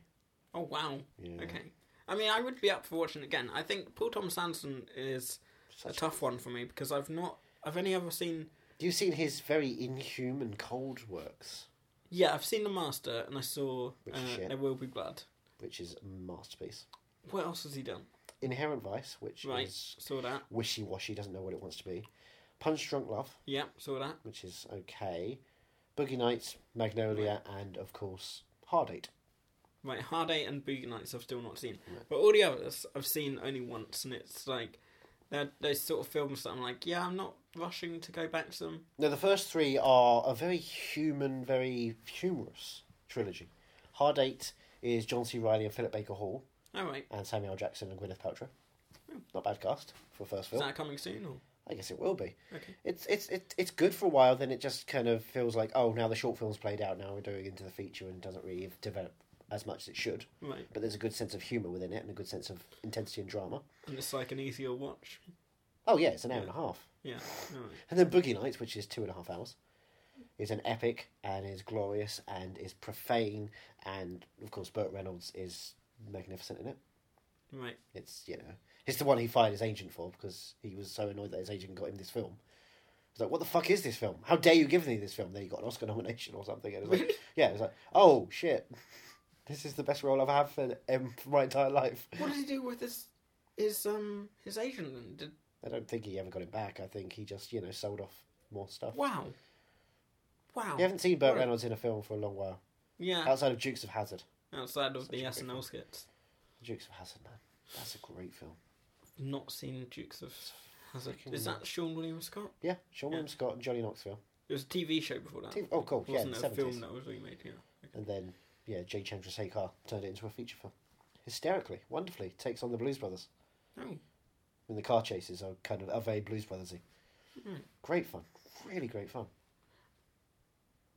B: Oh wow.
A: Yeah.
B: Okay. I mean, I would be up for watching it again. I think Paul Thomas Anderson is a tough one for me because I've not, I've only ever seen,
A: You've seen his very inhuman cold works,
B: yeah, I've seen The Master and I saw
A: Which is
B: uh,
A: shit.
B: There Will Be Blood.
A: which is a masterpiece.
B: What else has he done?
A: Inherent Vice, which
B: Right,
A: is
B: saw that.
A: wishy washy, doesn't know what it wants to be. Punch Drunk Love,
B: Yeah, saw that.
A: which is okay. Boogie Nights, Magnolia, and of course, Hard Eight.
B: Right, Hard Eight and Boogie Nights I've still not seen, but all the others I've seen only once, and it's like they're those sort of films that I'm like, yeah, I'm not rushing to go back to them.
A: Now, the first three are a very human, very humorous trilogy. Hard Eight is John C. Riley and Philip Baker Hall,
B: All right,
A: and Samuel L. Jackson and Gwyneth Paltrow.
B: Hmm.
A: Not bad cast for a first
B: is
A: film.
B: that coming soon or?
A: I guess it will be.
B: Okay.
A: It's it's it, it's good for a while. Then it just kind of feels like oh now the short film's played out. Now we're doing into the feature and it doesn't really develop as much as it should.
B: Right,
A: But there's a good sense of humour within it and a good sense of intensity and drama.
B: and it's like an easier watch.
A: Oh yeah, it's an hour and a half.
B: Yeah, all right.
A: And then Boogie Nights, which is two and a half hours, is an epic and is glorious and is profane and of course Burt Reynolds is magnificent in it.
B: Right.
A: It's you know it's the one he fired his agent for because he was so annoyed that his agent got him this film. He's like, "What the fuck is this film? How dare you give me this film?" Then he got an Oscar *laughs* nomination or something. And it was like, yeah, it's like, "Oh shit, this is the best role I've had for, um, for my entire life."
B: What did he do with his his um his agent? Then? Did
A: I don't think he ever got it back. I think he just you know sold off more stuff.
B: wow, wow.
A: You haven't seen Burt
B: What a-
A: Reynolds in a film for a long while,
B: Yeah,
A: outside of Dukes of Hazard.
B: outside of the
A: a great
B: SNL skits,
A: Dukes of Hazard, man, that's a great film.
B: not seen Dukes of Hazard.
A: Freaking
B: Is that Sean William Scott?
A: Yeah, Sean William Scott and Johnny Knoxville,
B: It was a TV show before that.
A: TV oh, cool, yeah,
B: Wasn't
A: the
B: it a film
A: 70s.
B: that was remade? Yeah. Okay.
A: and then yeah, Jay Chandrasekhar turned it into a feature film. Hysterically, wonderfully, takes on the Blues Brothers.
B: Oh,
A: And the car chases are kind of are very Blues Brothersy.
B: Hmm.
A: Great fun, really great fun.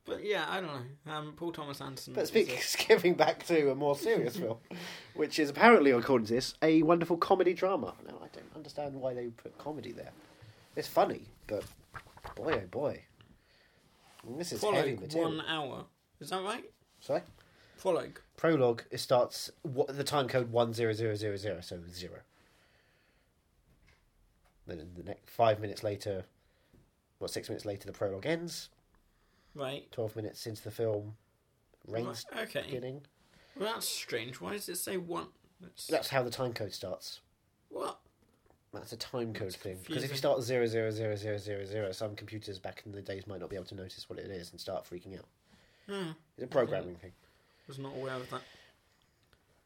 B: but yeah, I don't know. Um, Paul Thomas Anderson.
A: But
B: is
A: speaking, *laughs* skipping back to a more serious film, *laughs* which is apparently, according to this, a wonderful comedy drama. Now I don't understand why they put comedy there. It's funny, but boy oh boy, I mean, this
B: a
A: is heavy
B: prologue
A: material.
B: one hour. Is that right?
A: Sorry,
B: Prologue.
A: prologue. It starts what the time code one zero zero zero zero, so zero. Then in the next five minutes later, well, six minutes later, the prologue ends.
B: Right.
A: 12 minutes into the film, rain's
B: Right, okay.
A: beginning.
B: Well, that's strange. Why does it say one? That's,
A: That's how the time code starts.
B: what?
A: That's a time code thing. Because if
B: confusing.
A: you start at zero zero zero zero zero zero, some
B: Hmm.
A: computers back in the days might not be able to notice what it is and start freaking out. It's a programming thing.
B: Was not aware of that.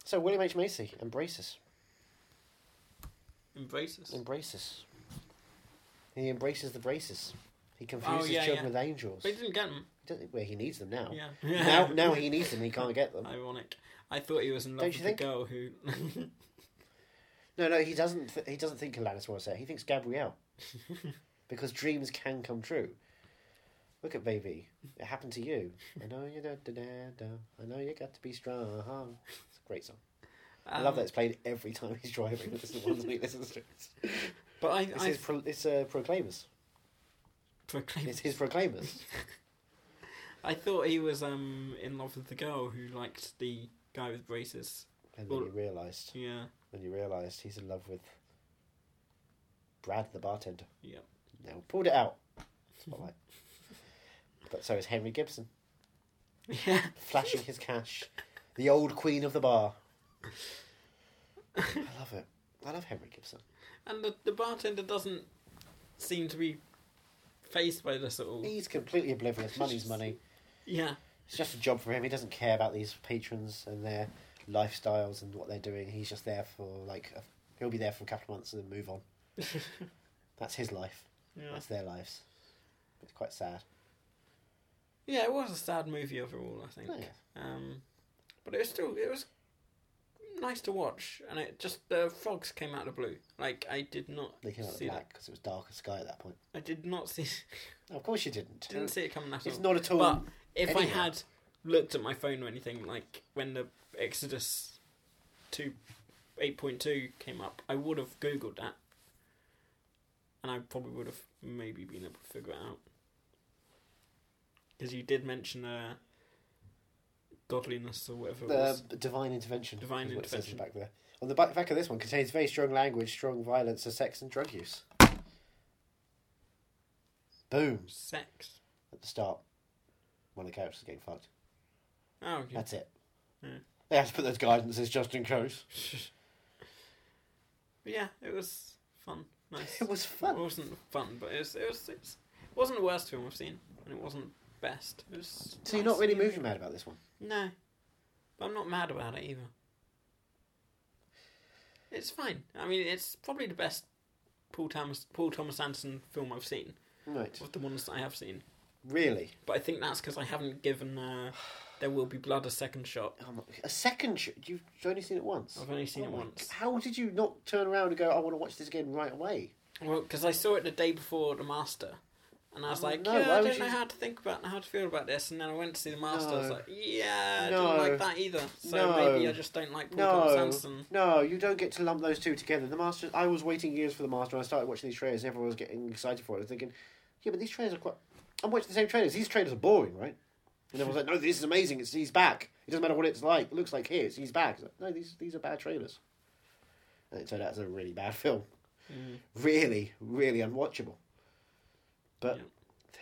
A: So William H Macy embraces
B: Embraces.
A: embraces. He embraces the braces. He confuses
B: Oh, yeah,
A: children
B: yeah.
A: with angels.
B: But he didn't get them.
A: He doesn't- Well, he needs them now.
B: Yeah.
A: *laughs* now, now he needs them. He can't get
B: *laughs*
A: them.
B: Ironic. I thought he was in love
A: Don't
B: with
A: you
B: the
A: think?
B: girl who. *laughs*
A: No, no, he doesn't. Th- he doesn't think Alanis Morissette. He thinks
B: *laughs*
A: Gabrielle, because dreams can come true. Look at baby. It happened to you. I know you. Da, da, da, da. I know you got to be strong. It's a great song. I love that
B: Um,
A: it's played every time he's driving. It's the one that he listens
B: *laughs*
A: to.
B: but I,
A: It's,
B: I *laughs*
A: his pro- it's uh, Proclaimers.
B: proclaim.
A: It's his
B: *laughs*
A: Proclaimers.
B: I thought he was um in love with the girl who liked the guy with braces.
A: And then
B: Well-
A: you realised.
B: Yeah.
A: When you realised he's in love with Brad the bartender.
B: Yep.
A: Now pulled it out. Spotlight. but so is Henry Gibson.
B: Yeah.
A: flashing his cash. The old queen of the bar. I love it. I love Henry Gibson.
B: And the, the bartender doesn't seem to be faced by this at all.
A: He's completely oblivious. Money's money.
B: Yeah.
A: It's just a job for him. He doesn't care about these patrons and their lifestyles and what they're doing. He's just there for like a, he'll be there for a couple of months and then move on. That's his life.
B: Yeah.
A: That's their lives. It's quite sad.
B: Yeah, it was a sad movie overall, I think.
A: Oh, Yeah.
B: Um, but it was still it was nice to watch, and it just the frogs came out of the blue. Like I did not
A: They came out of
B: see that.
A: black because it was dark as sky at that point.
B: I did not *laughs* see
A: Of course you didn't.
B: didn't see it coming at all.
A: It's not at all
B: But if I
A: anywhere.
B: had looked at my phone or anything, like when the Exodus two eight point two came up, I would have googled that, and I probably would have maybe been able to figure it out. Because you did mention uh, godliness or whatever it
A: The
B: was.
A: divine intervention.
B: Divine
A: is what it says in the
B: intervention.
A: Back there. On the back, back of this one contains very strong language, strong violence, of sex and drug use. Boom
B: Sex.
A: at the start when the characters are getting fucked.
B: Oh, okay.
A: That's it.
B: Yeah.
A: They have to put those guidances just in case.
B: But yeah, it was fun.
A: *laughs*
B: Nice.
A: It was
B: It
A: fun.
B: wasn't fun, but it was. It was. It's, it wasn't the worst film I've seen, and it wasn't best. It was.
A: So you're
B: nice.
A: not really movie mad about this one.
B: No, but I'm not mad about it either. It's fine. I mean, it's probably the best Paul Thomas Paul Thomas Anderson film I've seen
A: Right.
B: of the ones that I have seen.
A: Really?
B: But I think that's because I haven't given uh, There Will Be Blood a second shot.
A: Oh my- A second sh- You've only seen it once.
B: I've only seen
A: Oh
B: it
A: my-
B: once.
A: How did you not turn around and go, I want to watch this again right away?
B: Well, because I saw it the day before The Master, and I was
A: Oh,
B: like,
A: no,
B: yeah,
A: why
B: I
A: would
B: don't know
A: you-
B: how to think about how to feel about this. And then I went to see The Master. I was
A: No.
B: like, yeah, I
A: No.
B: don't like that either. So
A: No.
B: maybe I just don't like Paul Thomas Anderson.
A: no, you don't get to lump those two together. The Masters. I was waiting years for the Master. and I started watching these trailers. and Everyone was getting excited for it. I was thinking, yeah, but these trailers are quite. I'm watching the same trailers. These trailers are boring, right? And everyone's like, no, this is amazing. It's he's back. It doesn't matter what it's like. It looks like here. It's he's back. It's like, no, these these are bad trailers. And it turned out it's a really bad film.
B: Mm.
A: Really, really unwatchable. But
B: Yeah.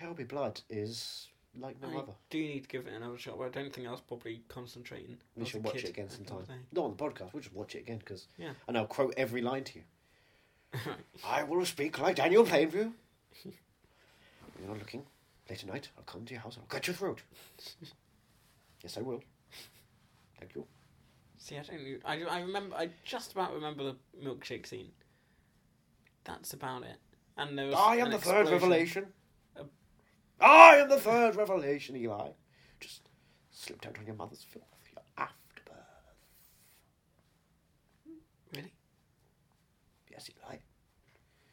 A: There'll Be Blood is like no
B: I
A: other.
B: do need to give it another shot, but I don't think I was probably concentrating.
A: We
B: as
A: should
B: a
A: watch
B: kid
A: it again
B: back in the
A: sometime.
B: day.
A: Not on the podcast. We'll just watch it again because
B: Yeah.
A: and I'll quote every line
B: *laughs*
A: to you. I will speak like Daniel Plainview. *laughs* You're not looking. Late at night, I'll come to your house and I'll cut your throat. *laughs* yes, I will. Thank you.
B: See, I don't. I, I remember. I just about remember the milkshake scene. That's about it. And there was.
A: I am
B: an
A: the third
B: explosion.
A: revelation.
B: Um,
A: I am the third revelation, Eli. Just slipped out on your mother's filth, your afterbirth.
B: Really?
A: Yes, Eli.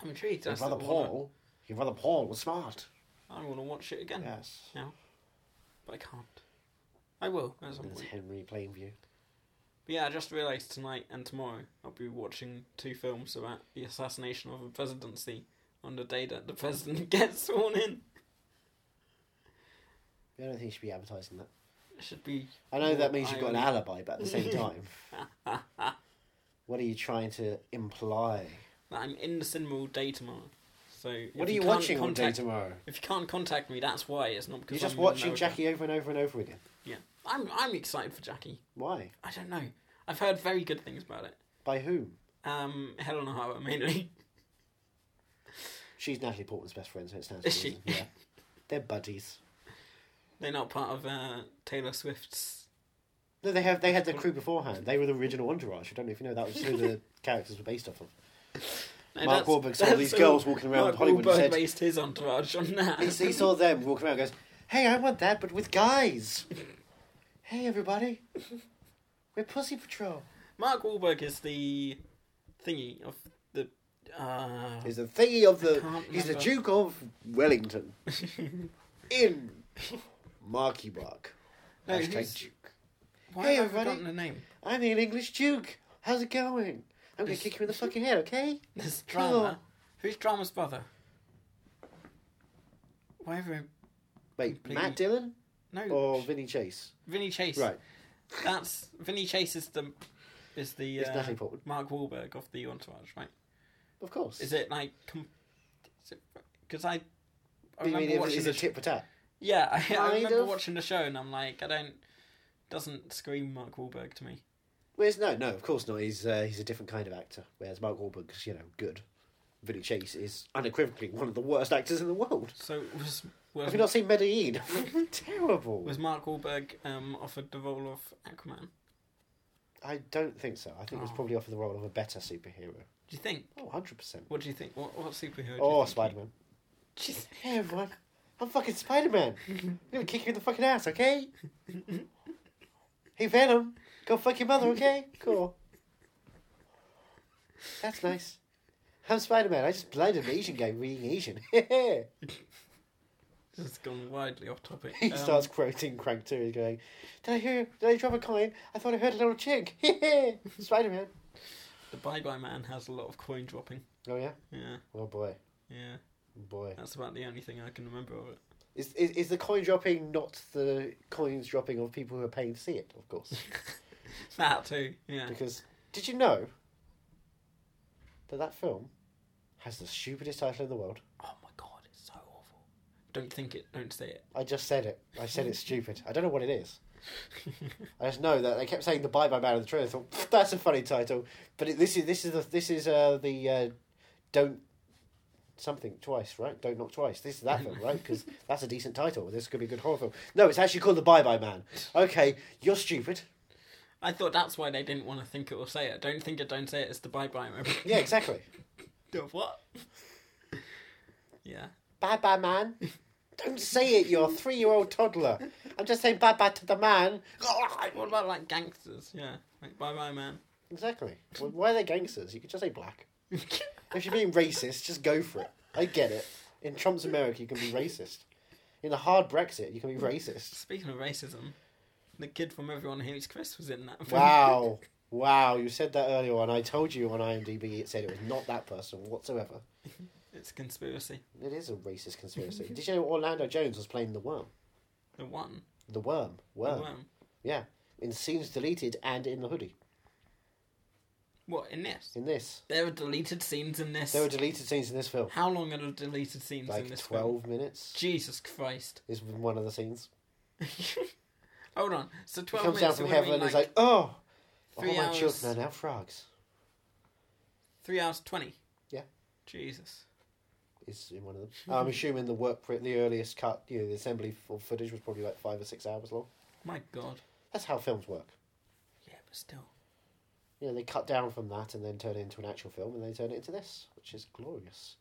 B: I'm intrigued.
A: Your
B: I still
A: brother
B: wanna-
A: Paul, your brother Paul was smart.
B: I want to watch it again.
A: Yes.
B: Now, but I can't. I will at some
A: And there's
B: point.
A: Henry Plainview.
B: But yeah, I just realised tonight and tomorrow I'll be watching two films about the assassination of a presidency on the day that the president *laughs* gets sworn in.
A: I don't think you should be advertising that.
B: It should be.
A: I know that
B: more
A: means you've got an
B: irony.
A: alibi, but at the same time,
B: *laughs*
A: what are you trying to imply?
B: that I'm in the cinema all day tomorrow. So if
A: What are you
B: can't
A: watching all day
B: contact-
A: tomorrow?
B: If you can't contact me, that's why. It's not because
A: You're just
B: I'm in
A: watching
B: America.
A: Jackie over and over and over again.
B: Yeah, I'm. I'm excited for Jackie.
A: Why?
B: I don't know. I've heard very good things about it.
A: By whom?
B: Um, Helena Hara *laughs* mainly.
A: She's Natalie Portman's best friend, so it stands
B: Is
A: to
B: she?
A: reason.
B: *laughs*
A: Yeah. They're buddies.
B: They're not part of uh, Taylor Swift's
A: No, they have. They had their crew beforehand. They were the original entourage. I don't know if you know that was who
B: *laughs*
A: the characters were based off of.
B: No,
A: Mark
B: that's-
A: Wahlberg saw
B: that's
A: these
B: who
A: girls walking around
B: Mark
A: Hollywood
B: Wahlberg
A: and said,
B: based his entourage on that.
A: he, he saw them walking around. and Goes, hey, I want that, but with
B: *laughs*
A: guys. hey, everybody, we're Pussy Patrol.
B: Mark Wahlberg is the thingy of the. Uh,
A: He's the thingy of the.
B: can't
A: He's the
B: remember.
A: Duke of Wellington. In Marky Mark.
B: No,
A: Hashtag
B: he's-
A: Duke.
B: why
A: Hey,
B: have I
A: everybody.
B: forgotten the name?
A: I'm an English Duke. How's it going? I'm gonna kick you in the fucking head, okay?
B: There's drama. Who's drama's brother? Why have I...
A: Wait,
B: Completely-
A: Matt Dillon
B: No,
A: or Vinny Chase?
B: Vinny Chase.
A: Oh. Right.
B: That's Vinny Chase is the is the
A: It's
B: uh,
A: Natalie Portman.
B: Mark Wahlberg of the Entourage, right?
A: Of course.
B: Is it like? Because I, I
A: I mean,
B: remember
A: if-
B: watching
A: is
B: the
A: it
B: sh-
A: tit for tat?
B: yeah, I, I
A: Kind
B: remember
A: of.
B: watching the show and I'm like, I don't doesn't scream Mark Wahlberg to me.
A: Well, it's- no, no, of course not. He's uh, he's a different kind of actor. Whereas Mark Wahlberg's, you know, good. Vinny Chase is unequivocally one of the worst actors in the world.
B: So was was,
A: Have you not seen Medellin? *laughs* Terrible.
B: was Mark Wahlberg um, offered the role of Aquaman?
A: I don't think so. I think it was
B: Oh.
A: probably offered the role of a better superhero.
B: Do you think?
A: Oh, 100%.
B: What do you think? What what superhero? do you
A: Oh,
B: think he-
A: Spider Man.
B: Do
A: *laughs*
B: you think-
A: Hey, everyone. I'm fucking Spider Man. I'm gonna kick you in the fucking ass, okay? hey, Venom. Go fuck your mother, okay? Cool. That's nice. I'm Spider Man. I just blinded an Asian guy reading Asian. *laughs* he
B: This has gone widely
A: *laughs*
B: off topic. Um,
A: starts quoting Crank 2 He's going, Did I hear? Did I drop a coin? I thought I heard a little chink. *laughs* Spider Man.
B: The Bye Bye Man has a lot of coin dropping.
A: Oh, yeah?
B: Yeah,
A: Oh, boy.
B: yeah.
A: Boy.
B: That's about the only thing I can remember of it.
A: Is, is is the coin dropping not the coins dropping of people who are paying to see it? Of course,
B: That too. Yeah.
A: because did you know that that film has the stupidest title in the world?
B: Oh my god, it's so awful. Don't think it. Don't say it.
A: I just said it. I said it's stupid. I don't know what it is. I just know that they kept saying the Bye Bye Man in the trailer. I thought "Pfft, that's a funny title, but it, this is this is the this is uh, the uh, don't something twice right? Don't knock twice. This is that film right because that's a decent title. This could be a good horror film. No, it's actually called the Bye Bye Man. Okay, you're stupid.
B: I thought that's why they didn't want to think it or say it. Don't think it. Don't say it. It's the Bye Bye Man.
A: Yeah, exactly.
B: The what? yeah.
A: Bye bye, man. Don't say it, you're a three year old toddler. I'm just saying bye bye to the man.
B: What about like gangsters? Yeah. Like Bye Bye Man.
A: Exactly. Well, why are they gangsters? You could just say black. If you're being racist, just go for it. I get it. In Trump's America, you can be racist. In a hard Brexit, you can be
B: *laughs*
A: racist.
B: Speaking of racism, the kid from Everyone Hates Chris was in that. Film.
A: Wow. Wow, you said that earlier on. I told you on IMDb it said it was not that person whatsoever.
B: It's a conspiracy.
A: It is a racist conspiracy. Did you know Orlando Jones was playing the worm?
B: The one.
A: The worm.
B: The
A: Worm.
B: worm.
A: Yeah. In scenes deleted and in the hoodie.
B: What in this?
A: In this.
B: There were deleted scenes in this.
A: There were deleted scenes in this film.
B: How long are the deleted scenes in
A: Like
B: this film?
A: twelve minutes
B: Jesus Christ. *laughs*
A: is one of the scenes.
B: Hold on. So
A: He
B: 12
A: comes down
B: minutes
A: from
B: it would've
A: heaven and
B: been
A: is like, "Oh, all
B: three
A: my
B: hours-
A: children are now frogs."
B: 3 hours 20.
A: Yeah.
B: Jesus.
A: Is in one of them.
B: *laughs*
A: I'm assuming the work print, the earliest cut, you know, the assembly for footage was probably like five or six hours long.
B: My god.
A: That's how films work.
B: Yeah, but still.
A: You know, they cut down from that and then turn it into an actual film, and they turn it into this, which is glorious.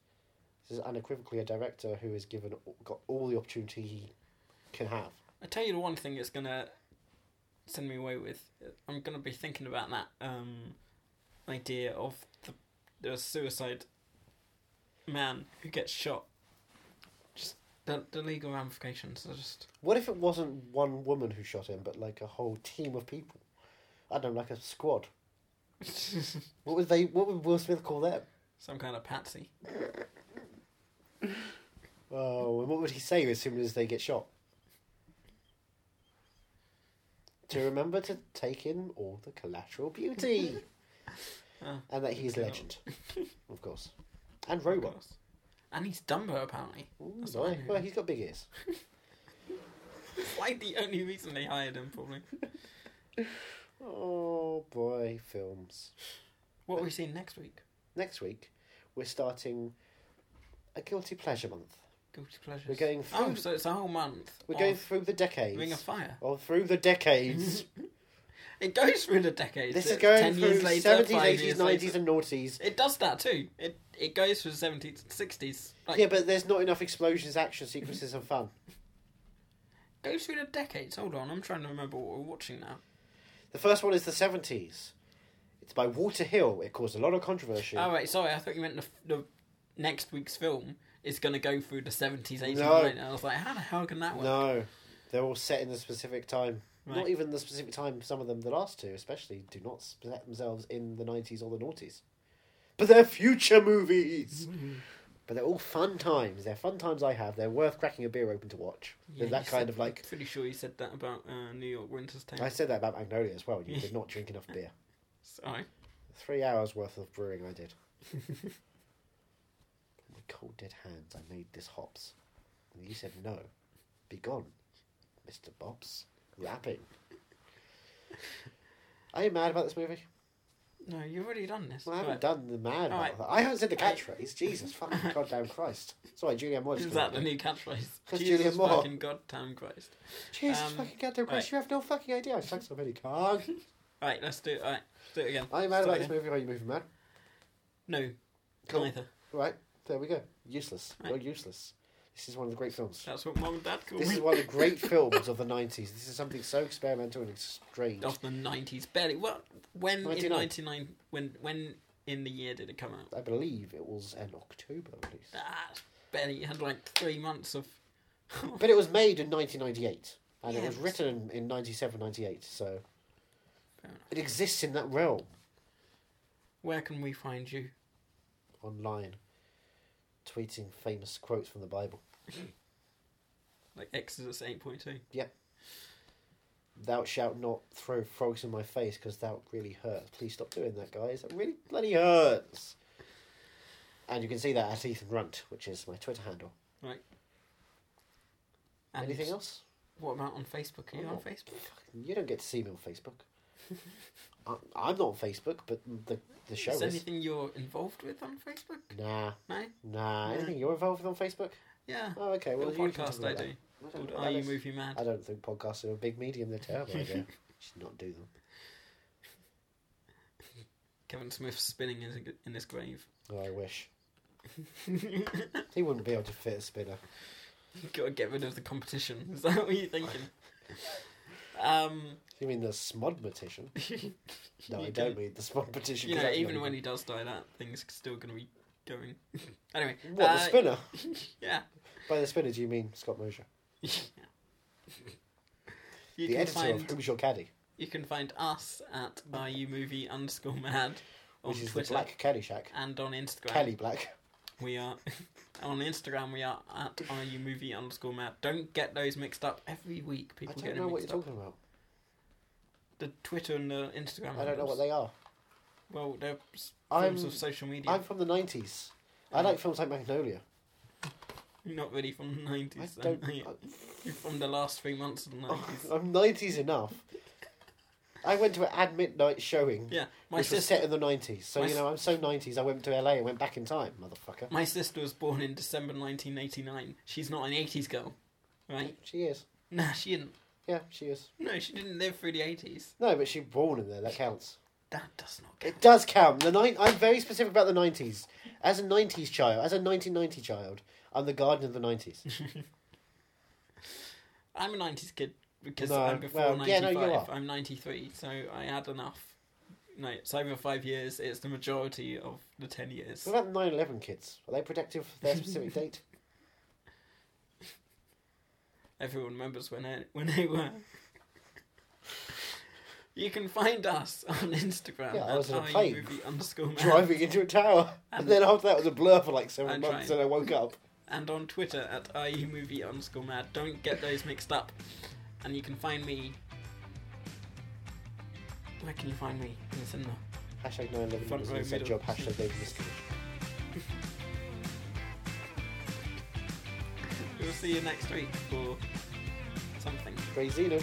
A: This is unequivocally a director who has given got all the opportunity he can have.
B: I tell you the one thing that's going to send me away with. I'm going to be thinking about that um, idea of the, the suicide man who gets shot. Just the, the legal ramifications are just.
A: What if it wasn't one woman who shot him, but like a whole team of people? I don't know, like a
B: *laughs*
A: squad. What would they? What would Will Smith call them?
B: Some kind of patsy.
A: Oh, and what would he say as soon as they get shot? To remember to take in all the collateral beauty,
B: *laughs* Ah,
A: and that he's
B: okay.
A: legend, of course, and robot.
B: And he's Dumbo, apparently.
A: Ooh,
B: That's
A: nice.
B: what I
A: Well,
B: *laughs* heard.
A: he's got big ears.
B: like the only reason they hired him, probably.
A: Oh boy, films.
B: What are we seeing next week?
A: Next week, we're starting a guilty pleasure month.
B: Guilty pleasures.
A: We're going
B: Oh,
A: through-
B: so it's a whole month.
A: We're
B: of
A: going through the decades.
B: Ring of Fire. *laughs*
A: Or through the decades
B: It goes through the decades.
A: This is
B: It's
A: going
B: 10
A: through
B: years later,
A: 70s,
B: five
A: 80s,
B: years
A: 90s,
B: later.
A: and noughties.
B: It does that too. It it goes from seventies to sixties. Like,
A: yeah, but there's not enough explosions, action sequences, and fun.
B: goes through the decades. Hold on, I'm trying to remember what we're watching now.
A: The first one is the 70s. It's by Walter Hill. It caused a lot of controversy.
B: Oh wait, sorry, I thought you meant the, the next week's film is going to go through the seventies, eighties,
A: No.
B: and I was like, how the hell can that work?
A: no, they're all set in the specific time.
B: Right.
A: Not even the specific time. Some of them, the last two especially, do not set themselves in the 90s or the noughties. But they're future movies.
B: Mm-hmm.
A: but they're all fun times. They're fun times I have. They're worth cracking a beer open to watch.
B: Yeah,
A: They're
B: you
A: that kind
B: said-
A: of like.
B: I'm pretty sure you said that about uh, New York Winter's Tale.
A: I said that about Magnolia as well. You did not drink enough beer.
B: Sorry.
A: Three hours worth of brewing I did. *laughs* My cold dead hands, I made this hops. And you said no. Be gone, Mr. Bobs. Rapping. *laughs* Are you mad about this movie?
B: No, you've already done this.
A: Well, I haven't
B: Right.
A: done the mad about
B: Alright.
A: that. I haven't said the catchphrase. Jesus
B: *laughs*
A: fucking goddamn Christ. Sorry, Julian Moore's
B: Is
A: gonna
B: that
A: do
B: the
A: it.
B: new catchphrase?
A: That's
B: Jesus
A: Julian Moore.
B: fucking goddamn Christ.
A: Jesus
B: um,
A: fucking goddamn Christ,
B: right.
A: you have no fucking idea. I've sung so many cars.
B: Alright, let's do it. Alright, let's do it again.
A: Are you mad
B: Start
A: about this
B: again.
A: movie? Are you moving mad?
B: No,
A: Cool.
B: neither.
A: Right, there we go. Useless.
B: Right.
A: You're useless. This is one of the great films.
B: That's what mum and dad call
A: This
B: me.
A: is one of the great films of the 90s. This is something so experimental and strange.
B: Of the 90s, barely. Well, when
A: 99.
B: in 99, when, when in the year did it come out?
A: I believe it was an October release.
B: That's barely. You had like three months of. *laughs*
A: But it was made in 1998. And it
B: Yeah,
A: was
B: but-
A: written in 97, 98. So
B: Fair enough.
A: it exists in that realm
B: Where can we find you?
A: online, tweeting famous quotes from the Bible.
B: Like Exodus 8.2.
A: Yeah. Thou shalt not throw frogs in my face because that really hurts. Please stop doing that, guys. That really bloody hurts. And you can see that at Ethan Runt, which is my Twitter handle.
B: Right. And
A: Anything else? Oh,
B: What about on Facebook? Are you
A: I'm
B: on
A: not-
B: Facebook?
A: You don't get to see me on Facebook.
B: *laughs*
A: I, I'm not on Facebook, but the the show
B: Is
A: is.
B: anything you're involved with on Facebook?
A: Nah,
B: No?
A: nah. Anything you're involved with on Facebook?
B: Yeah.
A: Oh, okay. Well,
B: Little
A: you can talk
B: podcast
A: about
B: I
A: that.
B: do.
A: I
B: Called
A: don't-
B: Are
A: I
B: You
A: don't-
B: Movie
A: I
B: Mad?
A: don't think podcasts are a big medium. They're terrible.
B: *laughs*
A: idea. Should not do them.
B: Kevin Smith spinning in, his- in his grave. *laughs*
A: Oh, I wish. he wouldn't be able to fit a spinner.
B: You've got to get rid of the competition. Is that what
A: *laughs*
B: you're thinking? um,
A: You mean the smodmatician?
B: *laughs*
A: No,
B: You
A: I don't
B: don't-
A: mean the smodmatician.
B: you
A: 'cause
B: know,
A: that's
B: even
A: not-
B: when he does die, that thing's still going to be going. *laughs* anyway.
A: what the
B: uh,
A: spinner?
B: Yeah.
A: By the spinner, do you mean Scott Mosier,
B: You
A: the
B: can
A: editor
B: find
A: of Who's Your Caddy,
B: you can find us at Are You Movie underscore Mad on
A: which is the
B: Twitter Uh,
A: Black Caddy Shack,
B: and on Instagram.
A: Caddy Black.
B: We are *laughs* on Instagram. We are at Are You Movie underscore Mad. Don't get those mixed up every week.
A: I
B: People get
A: don't
B: them
A: know what
B: mixed
A: you're
B: up.
A: talking about.
B: The Twitter and the Instagram.
A: I don't know what they are.
B: Well, they're s-
A: I'm-
B: forms of social media.
A: I'm from the nineties. I like films like Magnolia.
B: You're not really from the
A: I
B: nineties.
A: don't.
B: You're from the last three months
A: *laughs*
B: of the nineties.
A: I'm nineties enough. I went to an ad midnight showing,
B: yeah, my
A: which was
B: sister.
A: set in the nineties. So
B: my
A: you
B: s-
A: know, I'm so nineties. I went to LA and went back in time, motherfucker.
B: My sister was born in December 1989. She's not an 80s girl, right?
A: She is.
B: Nah, she didn't.
A: Yeah, she is.
B: No, she didn't live through the 80s.
A: No, but she was born in there. That counts.
B: That does not count.
A: It does count. The nine. I'm very specific about the nineties. As a nineties child, as a 1990 child, I'm the guardian of the nineties.
B: *laughs* I'm a 90s kid because
A: No,
B: I'm before
A: well,
B: 95.
A: yeah, no, you are.
B: I'm 93, so I had enough. No, it's over five years. It's the majority of the 10 years.
A: what about the 9/11 kids? Are they protective of their
B: *laughs*
A: specific date?
B: Everyone remembers when they, when they were. You can find us on Instagram
A: Yeah, I was
B: at
A: in a plane.
B: iMovie underscore man,
A: Driving into a tower, and then after that was a blur for like 7
B: I'm
A: months,
B: trying.
A: and I woke up.
B: and on Twitter at iMovie underscore mad. Don't get those mixed up. And you can find me. Where can you find me in the cinema?
A: Hashtag 911
B: Front
A: was
B: row
A: an inside
B: middle.
A: job. Hashtag David Miscavige.
B: We'll see you next week for something.
A: Brazino.